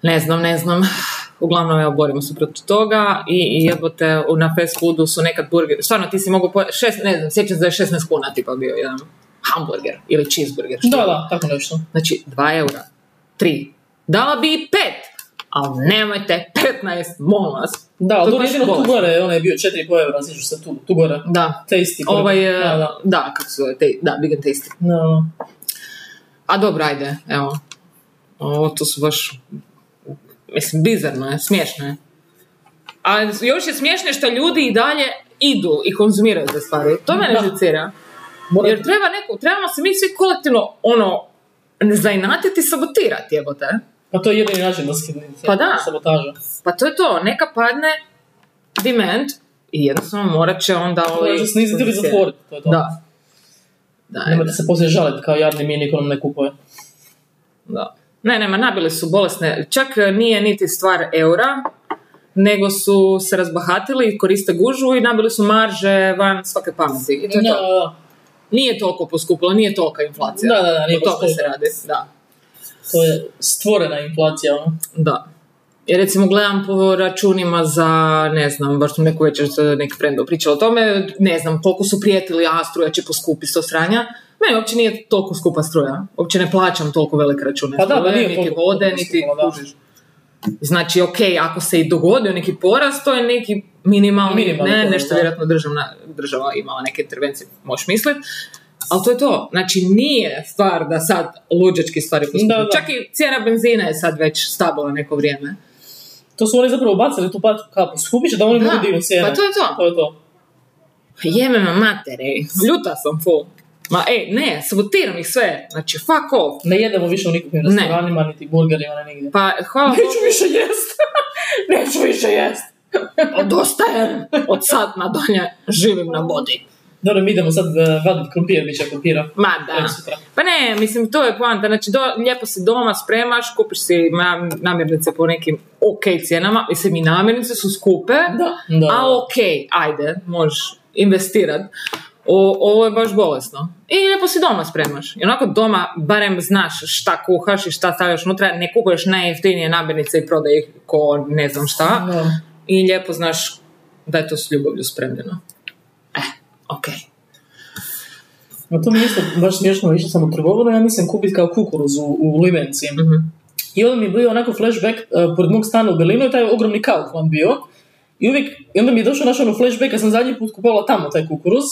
[SPEAKER 1] Ne znam, ne znam. Uglavnom, evo, borimo se protiv toga i, i jebote, u- na fast foodu su nekad burger, stvarno ti si mogu po, šest, ne znam, sjećam se da je 16 kuna tipa bio jedan hamburger ili cheeseburger. što
[SPEAKER 2] Da,
[SPEAKER 1] je.
[SPEAKER 2] da, tako nešto.
[SPEAKER 1] Znači, 2 eura, 3. Dala bi i 5, ali nemojte 15, molim vas. To
[SPEAKER 2] Da,
[SPEAKER 1] je
[SPEAKER 2] ali dobro,
[SPEAKER 1] baš
[SPEAKER 2] jedino tu
[SPEAKER 1] bolest.
[SPEAKER 2] gore, onaj je bio 4,5 evra, sjećaš se tu, tu gore.
[SPEAKER 1] Da.
[SPEAKER 2] Tasty. gore.
[SPEAKER 1] Ovaj, e,
[SPEAKER 2] Da, da.
[SPEAKER 1] da, kako se zove, te- da, Big and Tasty.
[SPEAKER 2] No.
[SPEAKER 1] A dobro, ajde, evo. Ovo to su baš... Mislim, bizarno je, smiješno je. A još je smiješno što ljudi i dalje idu i konzumiraju te stvari. To me
[SPEAKER 2] Da.
[SPEAKER 1] rezicira.
[SPEAKER 2] Mora-
[SPEAKER 1] Jer treba neko, trebamo se mi svi kolektivno, ono, ne zainatiti i sabotirati, jebote.
[SPEAKER 2] Pa to je jedini način da se
[SPEAKER 1] Pa da.
[SPEAKER 2] sabotaža.
[SPEAKER 1] Pa to je to, neka padne demand i jednostavno morat će onda
[SPEAKER 2] To
[SPEAKER 1] ovi...
[SPEAKER 2] je sniziti ili zatvoriti, to je to.
[SPEAKER 1] Da. Da,
[SPEAKER 2] Nemojte se poslije žaliti kao jadni mi niko nam ne kupuje.
[SPEAKER 1] Da. Ne, nema, nabili su bolesne. Čak e, nije niti stvar eura, nego su se razbahatili i koriste gužu i nabili su marže van svake pameti. I to je
[SPEAKER 2] Da,
[SPEAKER 1] to. Nije toliko poskupilo, nije tolika inflacija.
[SPEAKER 2] ja, Da, da, da, nije
[SPEAKER 1] O tome
[SPEAKER 2] poskupilo.
[SPEAKER 1] se radi, da.
[SPEAKER 2] to je stvorena inflacija. no. ono.
[SPEAKER 1] Da. Jer recimo gledam po računima za, ne znam, baš sam neku večer sa nekim friendom pričala o tome, ne znam koliko su prijetili, a struja će poskupi sto sranja. Meni uopće nije toliko skupa struja. Uopće ne plaćam toliko velike račune.
[SPEAKER 2] Pa da, da, nije
[SPEAKER 1] struje, niti
[SPEAKER 2] toliko
[SPEAKER 1] vode,
[SPEAKER 2] skupo,
[SPEAKER 1] niti...
[SPEAKER 2] da.
[SPEAKER 1] kužiš. Znači, ok, ako se i dogodio neki porast, to je neki minimalni,
[SPEAKER 2] Minimalni
[SPEAKER 1] ne,
[SPEAKER 2] porast,
[SPEAKER 1] nešto
[SPEAKER 2] da.
[SPEAKER 1] vjerojatno državna, država imala neke intervencije, možeš misliti. Ali to je to. Znači, nije stvar da sad luđački stvari poskupe.
[SPEAKER 2] Da, da.
[SPEAKER 1] Čak i cijena benzina je sad već stabilna neko vrijeme.
[SPEAKER 2] To su oni zapravo bacili tu pat kapu. Skupiće da oni
[SPEAKER 1] Da,
[SPEAKER 2] mogu dignu cijene.
[SPEAKER 1] pa to je to.
[SPEAKER 2] To je to.
[SPEAKER 1] Jeme me mater, ej. Ljuta sam full. Ma ej, ne, sabotiram ih sve. Znači, fuck off.
[SPEAKER 2] Ne jedemo više u nikakvim
[SPEAKER 1] Ne.
[SPEAKER 2] restoranima, niti burgerima, ne nigdje.
[SPEAKER 1] Pa, hvala
[SPEAKER 2] Neću više jest! Neću više jest!
[SPEAKER 1] Odostajem od sad na dalje živim na vodi.
[SPEAKER 2] Dobro, mi idemo sad uh, vaditi krumpir, bit će krumpira.
[SPEAKER 1] Ma
[SPEAKER 2] Evo
[SPEAKER 1] da.
[SPEAKER 2] sutra.
[SPEAKER 1] Pa ne, mislim, to je poanta. Znači, do, lijepo si doma spremaš, kupiš si ma- namirnice po nekim ok cijenama. Mislim, i namirnice su skupe,
[SPEAKER 2] Da. da.
[SPEAKER 1] a ok, ajde, možeš investirat. O, ovo je baš bolesno. I lijepo si doma spremaš. I onako doma barem znaš šta kuhaš i šta stavljaš unutra. Ne kupuješ najjeftinije namirnice i prodaj ih ko ne znam šta.
[SPEAKER 2] Da.
[SPEAKER 1] I lijepo znaš da je to s ljubavlju spremljeno. Eh, okej.
[SPEAKER 2] No to mi je isto baš smiješno, išla sam u trgovinu, ja mislim kupiti kao kukuruz u, u Limenci.
[SPEAKER 1] Mhm.
[SPEAKER 2] I onda mi je bio onako flashback, uh, pored mog stana u Berlinu je taj ogromni kaufman bio. I uvijek, i onda mi je došao naš ono flashback, kad sam zadnji put kupovala tamo taj kukuruz.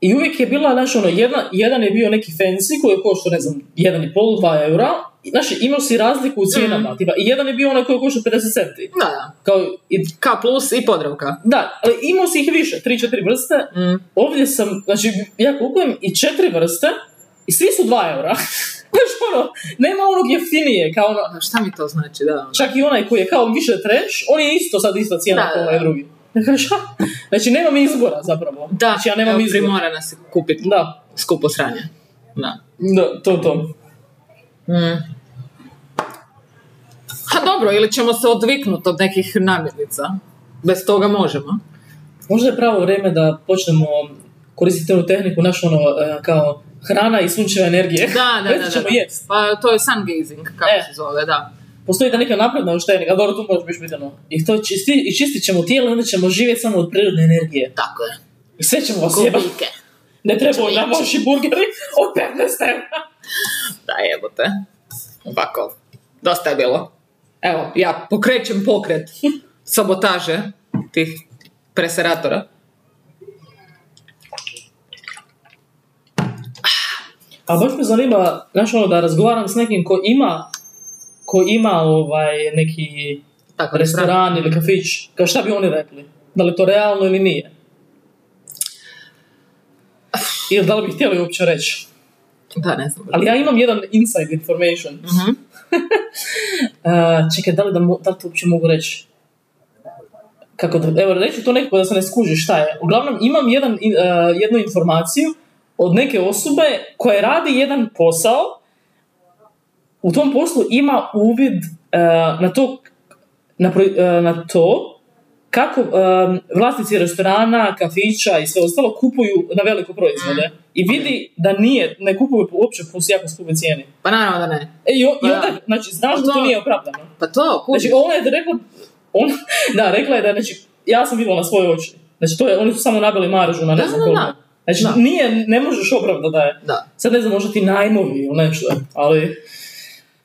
[SPEAKER 2] I uvijek je bila, naš ono, jedna, jedan je bio neki fancy koji je koštao, ne znam, 1,5, 2 eura. I, Znaš, imao si razliku u cijenama, tipa, i jedan je bio onaj koji je koštao 50 centi.
[SPEAKER 1] Da, da.
[SPEAKER 2] Kao, i,
[SPEAKER 1] K plus i podravka.
[SPEAKER 2] da, ali imao si ih više, 3-4 vrste,
[SPEAKER 1] Mm.
[SPEAKER 2] ovdje sam, znači, ja kupujem i četiri vrste i svi su dva eura. Znaš, ono, nema onog jeftinije, kao ono,
[SPEAKER 1] A Šta mi to znači, da?
[SPEAKER 2] čak i onaj koji je kao više trash, on je isto sad ista cijena
[SPEAKER 1] Da,
[SPEAKER 2] kao
[SPEAKER 1] da,
[SPEAKER 2] ovaj
[SPEAKER 1] da.
[SPEAKER 2] drugi. Ja kažem, "Ha?" Znači, nemam izbora zapravo.
[SPEAKER 1] Da,
[SPEAKER 2] znači, ja nemam
[SPEAKER 1] evo,
[SPEAKER 2] izbora.
[SPEAKER 1] primorana se kupiti
[SPEAKER 2] Da,
[SPEAKER 1] skupo sranje. Da.
[SPEAKER 2] da, to to.
[SPEAKER 1] Mm. Ha dobro, ili ćemo se odviknuti od nekih namirnica. Bez toga možemo.
[SPEAKER 2] Možda je pravo vrijeme da počnemo koristiti onu tehniku, naš ono, e, kao hrana i sunčeva energije.
[SPEAKER 1] Da, da, da.
[SPEAKER 2] Prestati
[SPEAKER 1] da,
[SPEAKER 2] E, ćemo
[SPEAKER 1] da.
[SPEAKER 2] jest.
[SPEAKER 1] Pa to je sungazing, kako
[SPEAKER 2] E.
[SPEAKER 1] se zove, da.
[SPEAKER 2] Postoji ta neka napredna još tehnika, dobro, tu može biti vidjeno. I to čisti, i čistit ćemo tijelo, onda ćemo živjeti samo od prirodne energije.
[SPEAKER 1] Tako je.
[SPEAKER 2] I sve ćemo vas jebati.
[SPEAKER 1] Gubike.
[SPEAKER 2] Ne trebaju nam vaši burgeri od 15 eura.
[SPEAKER 1] Da jebote. Ovako. Dosta je bilo. Evo, ja pokrećem pokret sabotaže tih preseratora.
[SPEAKER 2] A baš me zanima, znaš ono, da razgovaram s nekim ko ima, ko ima ovaj neki
[SPEAKER 1] Tako,
[SPEAKER 2] restoran ili kafić, kao šta bi oni rekli? Da li to realno ili nije? Ili da li bi htjeli uopće reći?
[SPEAKER 1] Da, ne znam.
[SPEAKER 2] Ali ja imam jedan inside information.
[SPEAKER 1] Mhm.
[SPEAKER 2] A, E, čekaj, da li, da, mo- da li to uopće mogu reći? Kako da, evo, reći to nekako da se ne skuži šta je. Uglavnom, imam jedan, in- a, jednu informaciju od neke osobe koja radi jedan posao, u tom poslu ima uvid a, na to, na, pro- a, na to kako a, vlasnici restorana, kafića i sve ostalo kupuju na veliko proizvode. I vidi da nije, ne kupuju uopće po jako skupe cijeni.
[SPEAKER 1] Pa naravno da ne.
[SPEAKER 2] E, i, o- i
[SPEAKER 1] Da.
[SPEAKER 2] onda, znači, znaš da to
[SPEAKER 1] Da.
[SPEAKER 2] nije opravdano.
[SPEAKER 1] Pa to, kuži.
[SPEAKER 2] Znači, ona je rekla, on, da, rekla je da, znači, ja sam vidjela na svoje oči. Znači, to je, oni su samo nabili maržu na ne
[SPEAKER 1] Da,
[SPEAKER 2] znam
[SPEAKER 1] da,
[SPEAKER 2] koliko.
[SPEAKER 1] da.
[SPEAKER 2] Znači,
[SPEAKER 1] Da.
[SPEAKER 2] nije, ne možeš opravdati da je.
[SPEAKER 1] Da.
[SPEAKER 2] Sad ne znam, možda ti najmovi ili nešto, ali...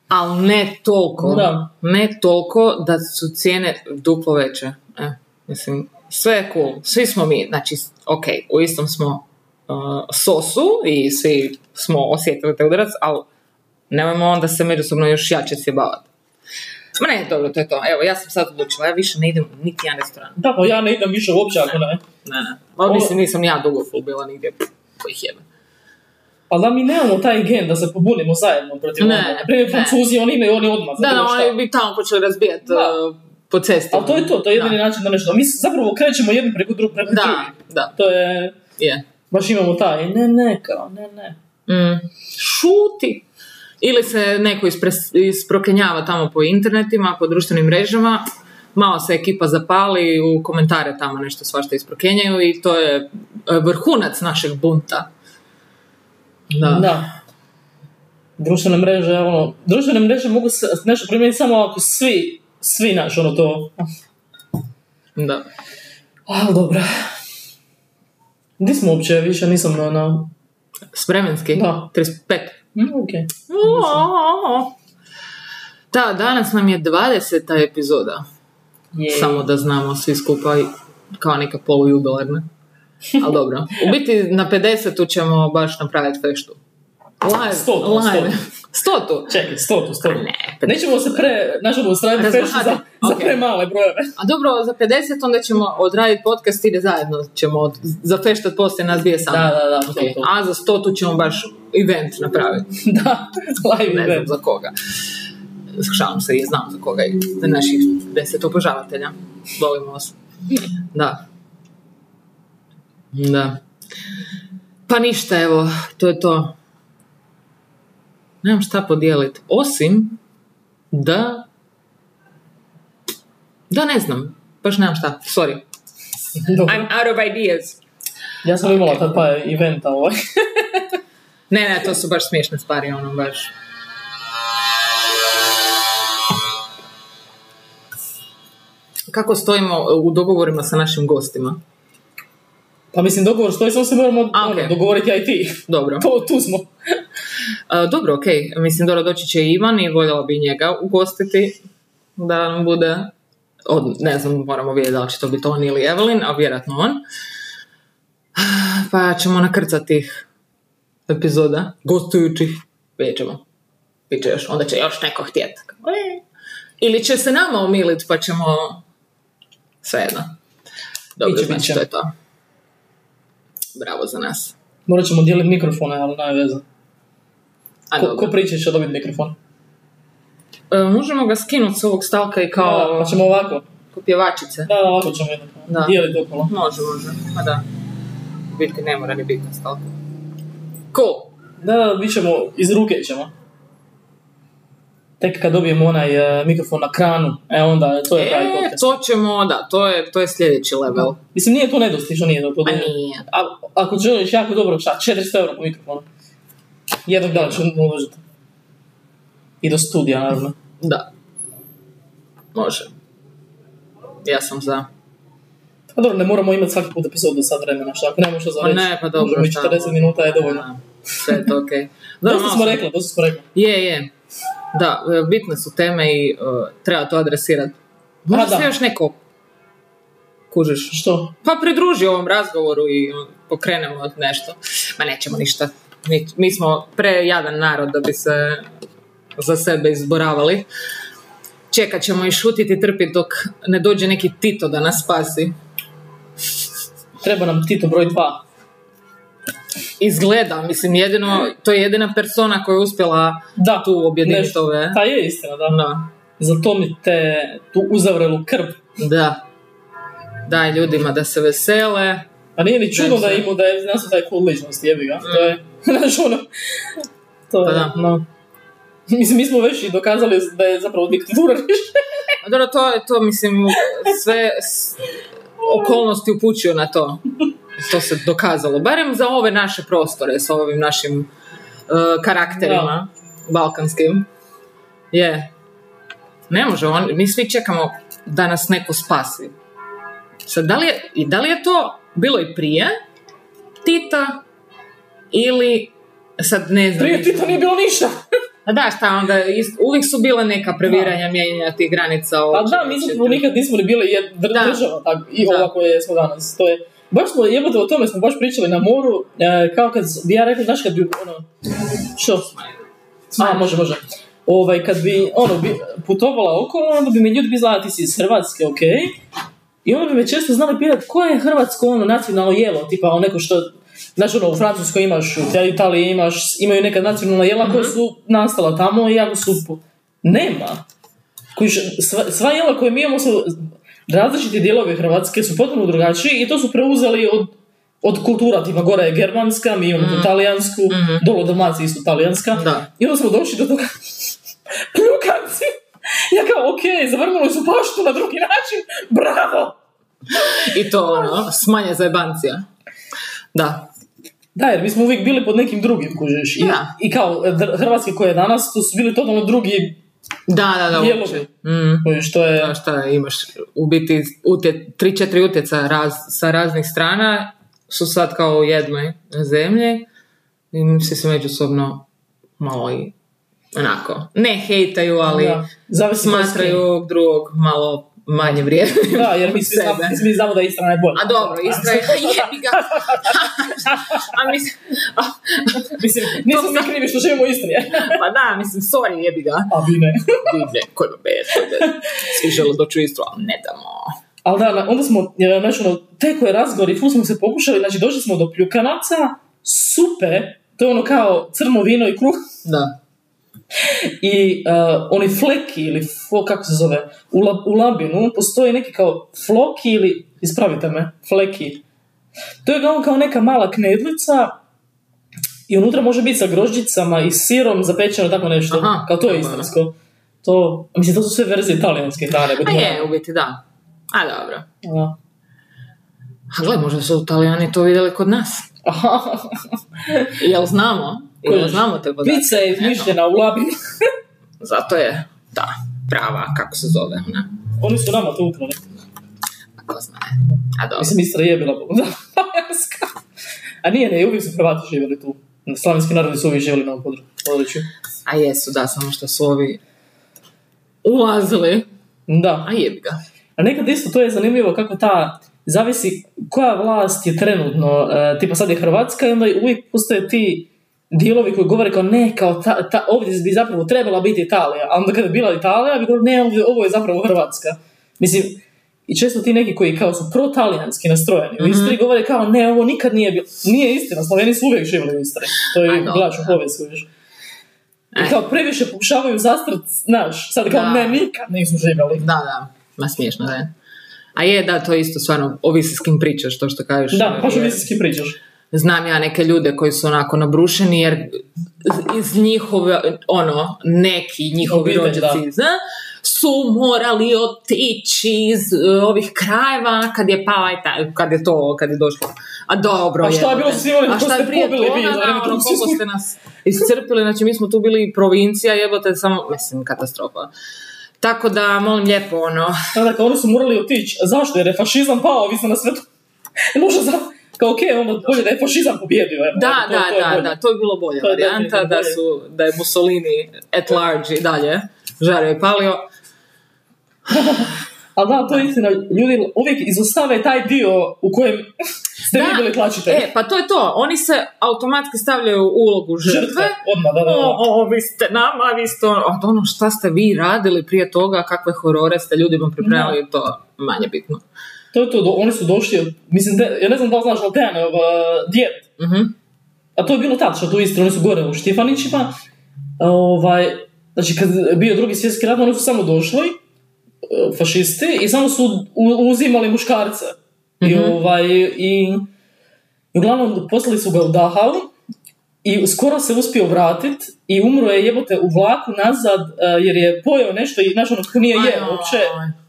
[SPEAKER 1] Ali ne toliko.
[SPEAKER 2] Da.
[SPEAKER 1] Ne toliko da su cijene duplo veće. E, mislim, sve je cool. Svi smo mi, znači, ok, u istom smo uh, sosu i svi smo osjetili taj udarac, ali nemojmo onda se međusobno još jače sjebavati. Ma ne, dobro, to je to. Evo, ja sam sad odlučila, ja više ne idem u niti jedan restoran.
[SPEAKER 2] Da, pa ja ne idem više uopće ako ne.
[SPEAKER 1] Ne, ne. Ma,
[SPEAKER 2] Ovo-
[SPEAKER 1] mislim, nisam ni ja dugo full bila nigdje. Koji jebe.
[SPEAKER 2] Pa da mi nemamo taj gen da se pobunimo zajedno protiv
[SPEAKER 1] Ne,
[SPEAKER 2] ovoga. Primjer,
[SPEAKER 1] ne.
[SPEAKER 2] Francuzi, oni imaju, oni odmah.
[SPEAKER 1] Da,
[SPEAKER 2] znate
[SPEAKER 1] da,
[SPEAKER 2] šta.
[SPEAKER 1] oni bi tamo počeli razbijati
[SPEAKER 2] Da.
[SPEAKER 1] uh, po cesti.
[SPEAKER 2] Ali to je to, to je jedini
[SPEAKER 1] Da.
[SPEAKER 2] način da nešto. Mi se zapravo krećemo jedni preko drugog preko
[SPEAKER 1] Da,
[SPEAKER 2] drugih.
[SPEAKER 1] da,
[SPEAKER 2] To je...
[SPEAKER 1] je.
[SPEAKER 2] Baš imamo taj, ne, ne, kao, ne, ne.
[SPEAKER 1] Mm. Šuti. Ili se neko ispres- isprokenjava tamo po internetima, po društvenim mrežama, malo se ekipa zapali, u komentare tamo nešto svašta isprokenjaju i to je e, vrhunac našeg bunta. Da.
[SPEAKER 2] Da. Društvene mreže, ono, društvene mreže mogu se nešto primijeniti samo ako svi, svi naš, ono to.
[SPEAKER 1] da.
[SPEAKER 2] Ali dobro. Gdje smo uopće, više nisam, ono,
[SPEAKER 1] S vremenski?
[SPEAKER 2] Da.
[SPEAKER 1] 35.
[SPEAKER 2] Mm, okej.
[SPEAKER 1] Da, danas nam je 20. epizoda.
[SPEAKER 2] Jej.
[SPEAKER 1] Samo da znamo svi skupa i kao neka polujubilarna. Ali dobro. U biti na 50 ćemo baš napraviti feštu. Live,
[SPEAKER 2] Stotu,
[SPEAKER 1] live. Stotu.
[SPEAKER 2] Čekaj, stotu, stotu.
[SPEAKER 1] A ne,
[SPEAKER 2] Nećemo se pre, nažalost, raditi
[SPEAKER 1] Razmahati.
[SPEAKER 2] fešu za, za
[SPEAKER 1] Ok.
[SPEAKER 2] pre male brojeve.
[SPEAKER 1] A dobro, za 50 onda ćemo odraditi podcast ili zajedno ćemo od, za feštat poslije nas dvije
[SPEAKER 2] Da,
[SPEAKER 1] samo.
[SPEAKER 2] da, da,
[SPEAKER 1] Ok.
[SPEAKER 2] to, to.
[SPEAKER 1] A za 100 ćemo baš event napraviti.
[SPEAKER 2] Da, live
[SPEAKER 1] ne znam
[SPEAKER 2] event.
[SPEAKER 1] za koga. Šalim se, i znam za koga i za naših deset obožavatelja. Volimo vas. Da. Da. Pa ništa, evo, to je to. Nemam šta podijeliti. Osim da... Da ne znam. Baš nemam šta. Sorry.
[SPEAKER 2] Dobro.
[SPEAKER 1] I'm out of ideas.
[SPEAKER 2] Ja sam imala tad pa eventa ovaj.
[SPEAKER 1] Ne, ne, to su baš smiješne stvari, ono baš. Kako stojimo u dogovorima sa našim gostima?
[SPEAKER 2] Pa mislim, dogovor stoji, samo se moramo
[SPEAKER 1] A,
[SPEAKER 2] ono,
[SPEAKER 1] ok.
[SPEAKER 2] dogovoriti ja i ti.
[SPEAKER 1] Dobro.
[SPEAKER 2] To, tu smo.
[SPEAKER 1] A, dobro, ok. Mislim, dobro, doći će i Ivan i voljela bi njega ugostiti da nam bude... Od, ne znam, moramo vidjeti da li će to biti on ili Evelyn, a vjerojatno on. Pa ćemo nakrcati tih epizoda, gostujućih. Vidjet ćemo. Biće još, onda će još neko htjeti. "E." Ili će se nama umiliti pa ćemo... Svejedno. Dobro,
[SPEAKER 2] Biće,
[SPEAKER 1] znači
[SPEAKER 2] biće.
[SPEAKER 1] to je to. Bravo za nas.
[SPEAKER 2] Morat ćemo dijeliti mikrofone, ali nema veze.
[SPEAKER 1] A,
[SPEAKER 2] Ko,
[SPEAKER 1] dobro.
[SPEAKER 2] ko priča će dobiti mikrofon?
[SPEAKER 1] E, možemo ga skinuti s ovog stavka i kao...
[SPEAKER 2] Da, pa ćemo ovako.
[SPEAKER 1] Popjevačice.
[SPEAKER 2] Da, da, ovako ćemo jedno.
[SPEAKER 1] Da.
[SPEAKER 2] Dijeliti okolo.
[SPEAKER 1] Može, može. Pa da. U Biti ne mora ni biti na stalku. Cool.
[SPEAKER 2] Da, da, bit ćemo, iz ruke ćemo. Tek kad dobijemo onaj e, mikrofon na kranu, e onda to je taj
[SPEAKER 1] E,
[SPEAKER 2] podcast.
[SPEAKER 1] to ćemo, da, to je, to je sljedeći level.
[SPEAKER 2] Mislim, nije to nedostižno, nije to. to
[SPEAKER 1] Pa
[SPEAKER 2] nije.
[SPEAKER 1] nije.
[SPEAKER 2] A, ako želiš jako dobro, šta, 400 euro po mikrofonu. Jednog dana ćemo uložiti. I do studija, naravno.
[SPEAKER 1] Da. Može. Ja sam za.
[SPEAKER 2] Pa dobro, ne moramo imati svaki put epizodu sad vremena, šta, ako nemamo što za
[SPEAKER 1] Pa
[SPEAKER 2] reći.
[SPEAKER 1] ne, pa dobro.
[SPEAKER 2] možemo i
[SPEAKER 1] šta?
[SPEAKER 2] 40 minuta je dovoljno.
[SPEAKER 1] Da, Sve je to okej. Dobro,
[SPEAKER 2] Dosta
[SPEAKER 1] malo
[SPEAKER 2] smo
[SPEAKER 1] sam-
[SPEAKER 2] rekli, dosta smo rekli.
[SPEAKER 1] Je, je. Da, e, bitne su teme i e, treba to adresirati. Možda
[SPEAKER 2] da.
[SPEAKER 1] se još neko kužiš.
[SPEAKER 2] Što?
[SPEAKER 1] pa pridruži ovom razgovoru i pokrenemo od nešto. Ma nećemo ništa. Mi, mi smo prejadan narod da bi se za sebe izboravali. Čekat ćemo i šutiti i trpiti dok ne dođe neki Tito da nas spasi.
[SPEAKER 2] Treba nam Tito broj 2.
[SPEAKER 1] Izgleda, mislim, jedino, to je jedina persona koja je uspjela ono,
[SPEAKER 2] Da,
[SPEAKER 1] tu objediniti
[SPEAKER 2] nešto.
[SPEAKER 1] ove.
[SPEAKER 2] Pa je istina, da.
[SPEAKER 1] Da.
[SPEAKER 2] Zato mi te tu uzavrelu krv.
[SPEAKER 1] da. Daj ljudima da se vesele.
[SPEAKER 2] Pa nije ni čudo
[SPEAKER 1] Nešto.
[SPEAKER 2] da imu da je nastao taj kult ličnosti, jebi ga. To je, znaš ono, to je,
[SPEAKER 1] Mm. Pa da.
[SPEAKER 2] no. Mislim, mi smo već i dokazali da je zapravo diktatura više.
[SPEAKER 1] A Dobro, to, je- to mislim, sve s- okolnosti upućuju na to. To se dokazalo. Barem za ove naše prostore, sa ovim našim e, karakterima, balkanskim. Je. Ne može, on, mi svi čekamo da nas neko spasi. Sad, da li je, i da li je to bilo i prije Tita ili sad ne znam.
[SPEAKER 2] Prije Tito nije bilo ništa.
[SPEAKER 1] A da, šta onda, ist- uvijek su bila neka previranja, mijenjanja tih granica.
[SPEAKER 2] Pa
[SPEAKER 1] hoće,
[SPEAKER 2] da, mi
[SPEAKER 1] neće,
[SPEAKER 2] zapravo
[SPEAKER 1] tri-
[SPEAKER 2] nikad nismo ni bili jed- dr-
[SPEAKER 1] Da.
[SPEAKER 2] država tako, i
[SPEAKER 1] Da.
[SPEAKER 2] ovako je smo danas. To je, baš smo, jebate, o tome smo baš pričali na moru, e, kao kad bi ja rekla, znaš, kad bi, ono, što? A, može, može. Ovaj, kad bi, ono, bi putovala okolo, onda bi mi ljudi bi znali, ti si iz Hrvatske, okej, i onda bi me često znali pitati koje je hrvatsko ono nacionalno jelo, tipa ono neko što Znaš, ono, u Francuskoj imaš, u Italiji imaš, imaju neka nacionalna jela koja su nastala tamo i jako su... po- Nema. Kužiš, sva, sva jela koje mi imamo su različiti dijelovi Hrvatske su potpuno drugačiji i to su preuzeli od, od kultura, tipa gore je germanska, mi imamo tu talijansku, dolo Dalmacija isto talijanska.
[SPEAKER 1] Da.
[SPEAKER 2] I onda smo došli do toga, pljukanci! Ja kao, ok, zavrnuli su paštu na drugi način, bravo!
[SPEAKER 1] I to ono, smanje zajebancija. Da.
[SPEAKER 2] Da, jer mi smo uvijek bili pod nekim drugim, kužiš. I,
[SPEAKER 1] Da.
[SPEAKER 2] i kao e, dr- Hrvatske koje je danas, to su bili totalno drugi,
[SPEAKER 1] Da, da, da,
[SPEAKER 2] Dijelovi.
[SPEAKER 1] uopće. Mm.
[SPEAKER 2] kužiš, to je...
[SPEAKER 1] Da, šta imaš, u biti utje, tri, četiri utjeca raz, sa raznih strana su sad kao u jednoj zemlji I svi se međusobno malo i onako, ne hejtaju, ali
[SPEAKER 2] Da. Zavisi
[SPEAKER 1] smatraju
[SPEAKER 2] ko s
[SPEAKER 1] ovog drugog malo manje vrijednim.
[SPEAKER 2] kim. Da, jer mi svi
[SPEAKER 1] od
[SPEAKER 2] znamo,
[SPEAKER 1] sebe.
[SPEAKER 2] mi znamo da je Istra najbolja.
[SPEAKER 1] A dobro, Istra je, jebi ga. A mislim, a,
[SPEAKER 2] Mislim, nismo
[SPEAKER 1] To
[SPEAKER 2] mi krivi što živimo u Istri.
[SPEAKER 1] pa da, mislim, sorry, jebi ga.
[SPEAKER 2] A vi ne.
[SPEAKER 1] Divlje, koji me bete, svi žele doći u Istru, ali ne damo.
[SPEAKER 2] Ali da, na- onda smo, e, znači, ono, te koje razgovori, ful smo se pokušali, znači, došli smo do pljukanaca, supe, to je ono kao crno vino i kruh,
[SPEAKER 1] Da.
[SPEAKER 2] i e, oni fleki, ili fo, kako se zove, u, la, u labinu, postoji neki kao floki ili, ispravite me, fleki. To je kao, kao neka mala knedlica, i unutra može biti sa grožđicama i sirom zapečeno, tako nešto.
[SPEAKER 1] Aha,
[SPEAKER 2] kao to je
[SPEAKER 1] dobro.
[SPEAKER 2] istarsko. To, mislim, to su sve verzije italijanske hrane.
[SPEAKER 1] A je, u biti da. A dobro.
[SPEAKER 2] Da.
[SPEAKER 1] A gle, možda su Italijani to vidjeli kod nas.
[SPEAKER 2] Aha.
[SPEAKER 1] Jel znamo? Jel
[SPEAKER 2] Kužiš.
[SPEAKER 1] znamo te podatke?
[SPEAKER 2] Pizza je izmišljena u labinu.
[SPEAKER 1] Zato je, da, prava, kako se zove ona.
[SPEAKER 2] Oni su nama to ukrali.
[SPEAKER 1] Ako zna. A dobro.
[SPEAKER 2] Mislim, Istra je bila bogodavanska. A nije, ne, uvijek su Hrvati živjeli tu. Slavenski narodi su uvijek živjeli na ovom podru- području.
[SPEAKER 1] A jesu, da, samo što su ovi ulazili.
[SPEAKER 2] Da.
[SPEAKER 1] A jebi ga.
[SPEAKER 2] A nekad isto to je zanimljivo kako ta zavisi koja vlast je trenutno, e, tipa sad je Hrvatska i onda uvijek postoje ti dijelovi koji govore kao ne, kao ta, ta, ovdje bi zapravo trebala biti Italija, a onda kada je bila Italija bi govorili ne, ovdje, ovo je zapravo Hrvatska. Mislim, i često ti neki koji kao su protalijanski nastrojeni u Istri
[SPEAKER 1] Mhm.
[SPEAKER 2] govore kao ne, ovo nikad nije bilo, nije istina, Sloveni su uvijek živjeli u Istri, to
[SPEAKER 1] A,
[SPEAKER 2] je
[SPEAKER 1] dobro,
[SPEAKER 2] glađu
[SPEAKER 1] da. E.
[SPEAKER 2] povijest kojiš. I kao previše pokušavaju zastrat, znaš, sad kao
[SPEAKER 1] Da.
[SPEAKER 2] ne, nikad nisu živjeli.
[SPEAKER 1] Da, da, ma smiješno da je. A je, da, to je isto stvarno, ovisi s kim pričaš, to što kažeš.
[SPEAKER 2] Da, baš
[SPEAKER 1] Jer
[SPEAKER 2] ovisi s kim pričaš.
[SPEAKER 1] Znam ja neke ljude koji su onako nabrušeni, jer iz njihove, ono, neki njihovi
[SPEAKER 2] Obitelj,
[SPEAKER 1] rođaci, zna, su morali otići iz e, ovih krajeva kad je pala i ta, kad je to, kad je došlo. A dobro,
[SPEAKER 2] A šta je bilo
[SPEAKER 1] jebote.
[SPEAKER 2] sa svima onima
[SPEAKER 1] A
[SPEAKER 2] ko
[SPEAKER 1] šta
[SPEAKER 2] ste
[SPEAKER 1] je prije
[SPEAKER 2] pobili vi,
[SPEAKER 1] toga,
[SPEAKER 2] da,
[SPEAKER 1] da,
[SPEAKER 2] nekako
[SPEAKER 1] ono,
[SPEAKER 2] svi
[SPEAKER 1] koliko
[SPEAKER 2] smo-
[SPEAKER 1] ste nas iscrpili, znači mi smo tu bili provincija, jebote, samo, mislim, katastrofa. Tako da, molim lijepo, ono,
[SPEAKER 2] Da, dakle, oni su morali otići. A Zašto? Jer je fašizam pao, vi ste na svetu. I možda za... Kao, okej, onda bolje da je fašizam pobjedio. Evo,
[SPEAKER 1] Da,
[SPEAKER 2] to,
[SPEAKER 1] da,
[SPEAKER 2] to je
[SPEAKER 1] da,
[SPEAKER 2] bolje.
[SPEAKER 1] da, to je bilo bolja
[SPEAKER 2] To je
[SPEAKER 1] varijanta,
[SPEAKER 2] definitivno
[SPEAKER 1] da,
[SPEAKER 2] bolje.
[SPEAKER 1] su, da je Mussolini at large i dalje žario i palio.
[SPEAKER 2] A da, to je istina, ljudi uvijek izostave taj dio u kojem ste vi
[SPEAKER 1] Da.
[SPEAKER 2] bili tlačitelji.
[SPEAKER 1] E, pa to je to, oni se automatski stavljaju u ulogu žrtve.
[SPEAKER 2] Žrtve, odmah, da, da, da.
[SPEAKER 1] O, o, vi ste nama, vi ste ono, a ono šta ste vi radili prije toga, kakve horore ste ljudima pripremili, to manje bitno.
[SPEAKER 2] To je to, do- oni su došli, od- mislim, de, ja ne znam da li znaš, ali Dejanov uh, djed,
[SPEAKER 1] Mhm.
[SPEAKER 2] a to je bilo tad, što tu isto, oni su gore u Štifanićima, ovaj, znači kad je bio drugi svjetski rat, oni su samo došli, e, fašisti, i samo su u- uzimali muškarce. I,
[SPEAKER 1] Mhm.
[SPEAKER 2] ovaj, i, i uglavnom poslali su ga u Dachau, i skoro se uspio vratiti i umro je jebote u vlaku nazad e, jer je pojeo nešto i znaš ono kako nije jeo uopće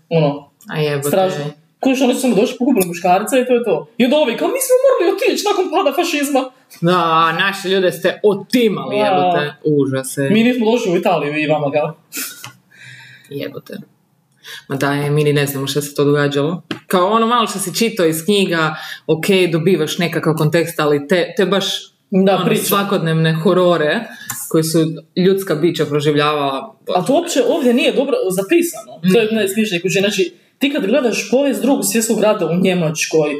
[SPEAKER 2] ono
[SPEAKER 1] A jebote.
[SPEAKER 2] strašno. Kojiš, oni su samo došli, pokupili muškarca i to je to. I onda ovi, kao mi smo morali otići nakon pada fašizma.
[SPEAKER 1] Da, naše ljude ste otimali,
[SPEAKER 2] Da.
[SPEAKER 1] jebote. Užase.
[SPEAKER 2] Mi nismo došli u Italiju i vama ga.
[SPEAKER 1] Jebote. Ma da, je, mi ni ne znamo šta se to događalo. Kao ono malo što si čitao iz knjiga, ok, dobivaš nekakav kontekst, ali te, te baš
[SPEAKER 2] Da,
[SPEAKER 1] ono,
[SPEAKER 2] priča.
[SPEAKER 1] svakodnevne horore koji su ljudska bića proživljavala.
[SPEAKER 2] A to uopće ovdje nije dobro zapisano. To
[SPEAKER 1] Mm.
[SPEAKER 2] je najsmišnije kuće. Znači, ti kad gledaš povijest drugog svjetskog rata u Njemačkoj,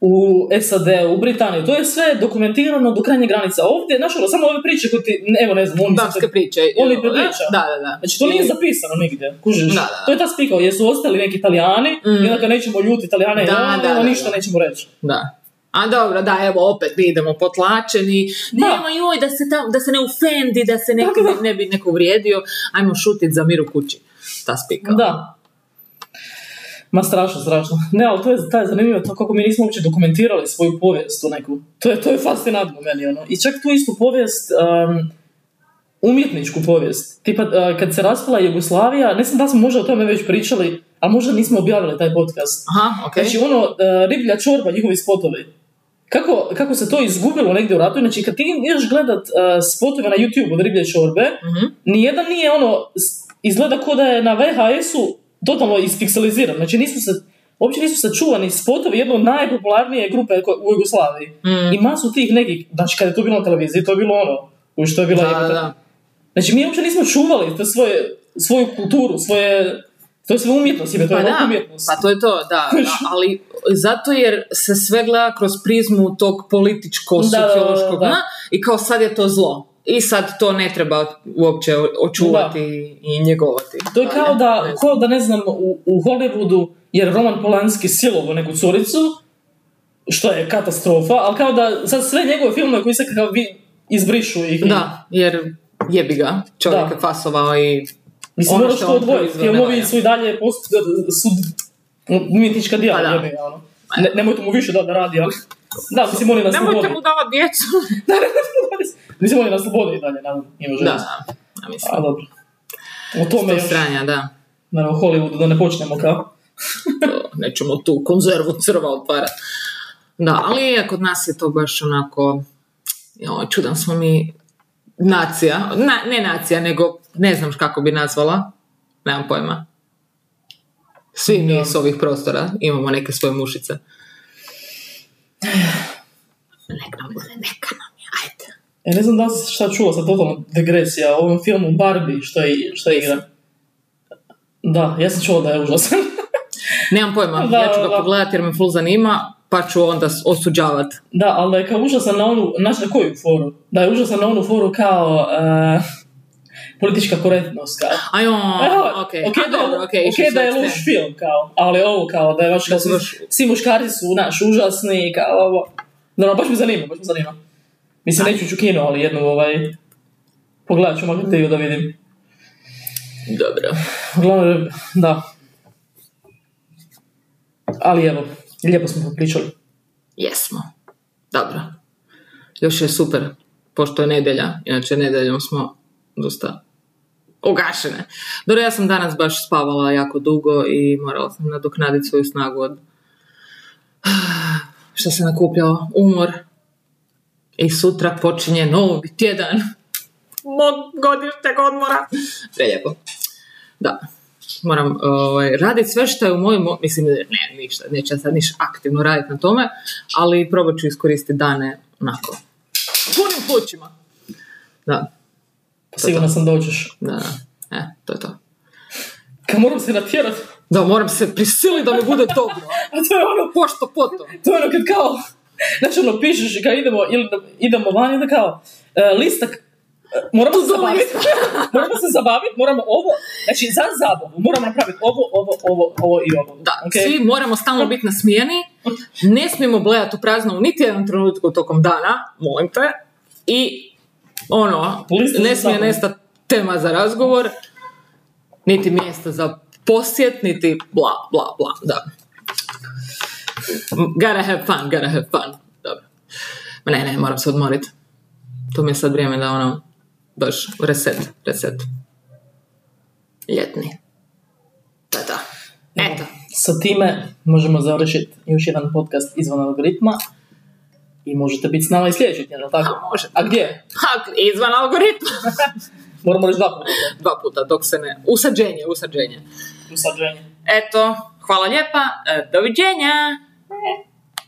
[SPEAKER 2] u SAD, u Britaniji, to je sve dokumentirano do krajnje granica. Ovdje, znaš, ono, samo ove priče koje ti, evo ne znam, oni su
[SPEAKER 1] Damske
[SPEAKER 2] te-
[SPEAKER 1] priče.
[SPEAKER 2] Oni
[SPEAKER 1] jel, da?
[SPEAKER 2] priča.
[SPEAKER 1] Da, da, da.
[SPEAKER 2] Znači, to nije zapisano nigdje, kužiš.
[SPEAKER 1] Mm. Da, da.
[SPEAKER 2] To je ta spikao, jesu ostali neki italijani,
[SPEAKER 1] Mm.
[SPEAKER 2] i onda kad nećemo ljuti italijane,
[SPEAKER 1] Da,
[SPEAKER 2] da,
[SPEAKER 1] da, da,
[SPEAKER 2] ništa
[SPEAKER 1] da.
[SPEAKER 2] nećemo reći.
[SPEAKER 1] Da. A dobro, da, evo, opet mi idemo potlačeni.
[SPEAKER 2] Da.
[SPEAKER 1] Nema, joj, da se, tam, da se ne ufendi, da se neko,
[SPEAKER 2] Da, da.
[SPEAKER 1] ne bi neko uvrijedio. Ajmo šutit za mir u kući. Ta spika.
[SPEAKER 2] Da. Ma strašno, strašno. Ne, ali to je, to je zanimljivo, to kako mi nismo uopće dokumentirali svoju povijest u neku. To je, to je fascinantno meni, ono. I čak tu istu povijest, um, umjetničku povijest. Tipa, uh, kad se raspala Jugoslavija, ne znam da li smo možda o tome već pričali, a možda nismo objavili taj podcast.
[SPEAKER 1] Aha, okej.
[SPEAKER 2] Znači, ono, uh, riblja čorba, njihovi spotovi. Kako, kako se to izgubilo negdje u ratu, znači kad ti ideš gledat uh, spotove na YouTube od riblje čorbe,
[SPEAKER 1] Mhm.
[SPEAKER 2] nijedan nije ono, s- izgleda ko da je na VHS-u totalno ispikseliziran, znači nisu se uopće nisu sačuvani spotovi jedne od najpopularnije grupe ko- u Jugoslaviji.
[SPEAKER 1] Mm.
[SPEAKER 2] I masu tih nekih, znači kad je to bilo na televiziji, to je bilo ono, už to je bilo
[SPEAKER 1] Da,
[SPEAKER 2] jebote.
[SPEAKER 1] da, da.
[SPEAKER 2] Znači mi uopće nismo čuvali te svoje, svoju kulturu, svoje, to je sve umjetnost, jebote, to
[SPEAKER 1] Pa
[SPEAKER 2] je
[SPEAKER 1] da,
[SPEAKER 2] umjetnost.
[SPEAKER 1] pa to je to, da.
[SPEAKER 2] Kuš.
[SPEAKER 1] A- Ali zato jer se sve gleda kroz prizmu tog
[SPEAKER 2] Da, da, da,
[SPEAKER 1] političko-sociološkog
[SPEAKER 2] da.
[SPEAKER 1] dna i kao sad je to zlo. I sad to ne treba uopće o- očuvati i njegovati.
[SPEAKER 2] To je kao
[SPEAKER 1] Dalje.
[SPEAKER 2] da, kao da ne znam, u, u Hollywoodu je Roman Polanski silovao neku curicu, što je katastrofa, ali kao da sad sve njegove filmove koji se kao vi izbrišu ih. i-
[SPEAKER 1] Da, jer jebi ga, čovjek
[SPEAKER 2] Da.
[SPEAKER 1] je fasovao i...
[SPEAKER 2] Mislim,
[SPEAKER 1] ono
[SPEAKER 2] moraš
[SPEAKER 1] što
[SPEAKER 2] to
[SPEAKER 1] on
[SPEAKER 2] odvojiti,
[SPEAKER 1] proizveo
[SPEAKER 2] jer
[SPEAKER 1] ne
[SPEAKER 2] ovi
[SPEAKER 1] valja.
[SPEAKER 2] su i dalje post, su umjetnička djela,
[SPEAKER 1] Pa da.
[SPEAKER 2] jebi ga, ono. Ne, nemojte mu više da, da radi, ali... Da, mislim, on je na slobodi.
[SPEAKER 1] Nemojte mu davati djecu.
[SPEAKER 2] mislim, on je na slobodi i dalje, naravno, ima
[SPEAKER 1] da,
[SPEAKER 2] ženost.
[SPEAKER 1] da, ja mislim.
[SPEAKER 2] A, dobro. O tome
[SPEAKER 1] To
[SPEAKER 2] još,
[SPEAKER 1] stranja, da.
[SPEAKER 2] naravno, Hollywoodu, da ne počnemo kao.
[SPEAKER 1] To, Nećemo tu konzervu crva otvarati. Da, ali je, kod nas je to baš onako... Joj, čudan smo mi nacija. Na- ne nacija, nego ne znam kako bi nazvala. Nemam pojma. Svi mi s ovih prostora imamo neke svoje mušice. Neka nam bude, neka nam je, ajde.
[SPEAKER 2] Ja E, ne znam da li si šta čula sad totalno degresija o ovom filmu Barbie što je, što je igra. Da, ja sam čula da je užasan.
[SPEAKER 1] Nemam pojma,
[SPEAKER 2] Da,
[SPEAKER 1] ja ću
[SPEAKER 2] da, da.
[SPEAKER 1] ga pogledati jer me ful zanima, pa ću onda s- osuđavat.
[SPEAKER 2] da, ali da je kao užasan na onu, znaš na koju foru? Da je užasan na onu foru kao e, politička korektnost kao.
[SPEAKER 1] Ajo,
[SPEAKER 2] Evo,
[SPEAKER 1] ok, a dobro, ok. išli
[SPEAKER 2] ok
[SPEAKER 1] su
[SPEAKER 2] da je
[SPEAKER 1] ekstrem.
[SPEAKER 2] loš film kao, ali ovo kao da je baš kao
[SPEAKER 1] su
[SPEAKER 2] svi-
[SPEAKER 1] baš-
[SPEAKER 2] svi muškarci su naš užasni kao ovo. Da, no, baš me zanima, baš me zanima. Mislim, neću ići u kino, ali jednu ovaj... Pogledat ću makar da vidim.
[SPEAKER 1] Dobro.
[SPEAKER 2] Uglavnom, da. Ali evo, lijepo smo popričali.
[SPEAKER 1] Jesmo. Dobro. Još je super, pošto je nedjelja, inače nedjeljom smo dosta ugašene. Dobro, ja sam danas baš spavala jako dugo i morala sam nadoknaditi svoju snagu od što se nakupljao umor. I sutra počinje novi tjedan mog godišnjeg odmora. Prelijepo. Da. Moram ovaj, raditi sve što je u mojoj, mo- mislim, ne, ništa, neću ja sad niš aktivno raditi na tome, ali probat ću iskoristiti dane onako. Punim plućima. Da,
[SPEAKER 2] Sigurno sam da hoćeš.
[SPEAKER 1] da, da. E, to je to.
[SPEAKER 2] Ka moram se natjerat.
[SPEAKER 1] Da, moram se prisiliti da mi bude dobro.
[SPEAKER 2] A to je ono,
[SPEAKER 1] Pošto potom.
[SPEAKER 2] to je ono kad kao... Znači ono, pišeš i kao idemo, ili da- idemo van i da kao... e, listak, e, moramo se zabaviti. moramo se zabaviti, moramo ovo... Znači, za zabavu moramo napraviti ovo, ovo, ovo, ovo i ovo.
[SPEAKER 1] Da,
[SPEAKER 2] Okej?
[SPEAKER 1] svi moramo stalno biti nasmijeni, ne smijemo gledati u prazno u niti jednom trenutku tokom dana, molim te, i ono,
[SPEAKER 2] Lista za
[SPEAKER 1] ne smije
[SPEAKER 2] zabavu.
[SPEAKER 1] nestati tema za razgovor, niti mjesta za posjet, niti bla, bla, bla, da. Gotta have fun, gotta have fun. Dobro. Ma Ne, ne, moram se odmoriti. To mi je sad vrijeme da ono, baš reset, reset. Ljetni. Da, da. Eto.
[SPEAKER 2] Sa time možemo završiti još jedan podcast izvan algoritma i možete biti s nama i sljedeći tjedan, jel tako?
[SPEAKER 1] A, možete.
[SPEAKER 2] A gdje?
[SPEAKER 1] Ha, izvan algoritma.
[SPEAKER 2] Moramo reći dva puta.
[SPEAKER 1] Dva puta, dok se ne... Usađenje, usađenje.
[SPEAKER 2] Usađenje.
[SPEAKER 1] Eto, hvala lijepa, e, doviđenja!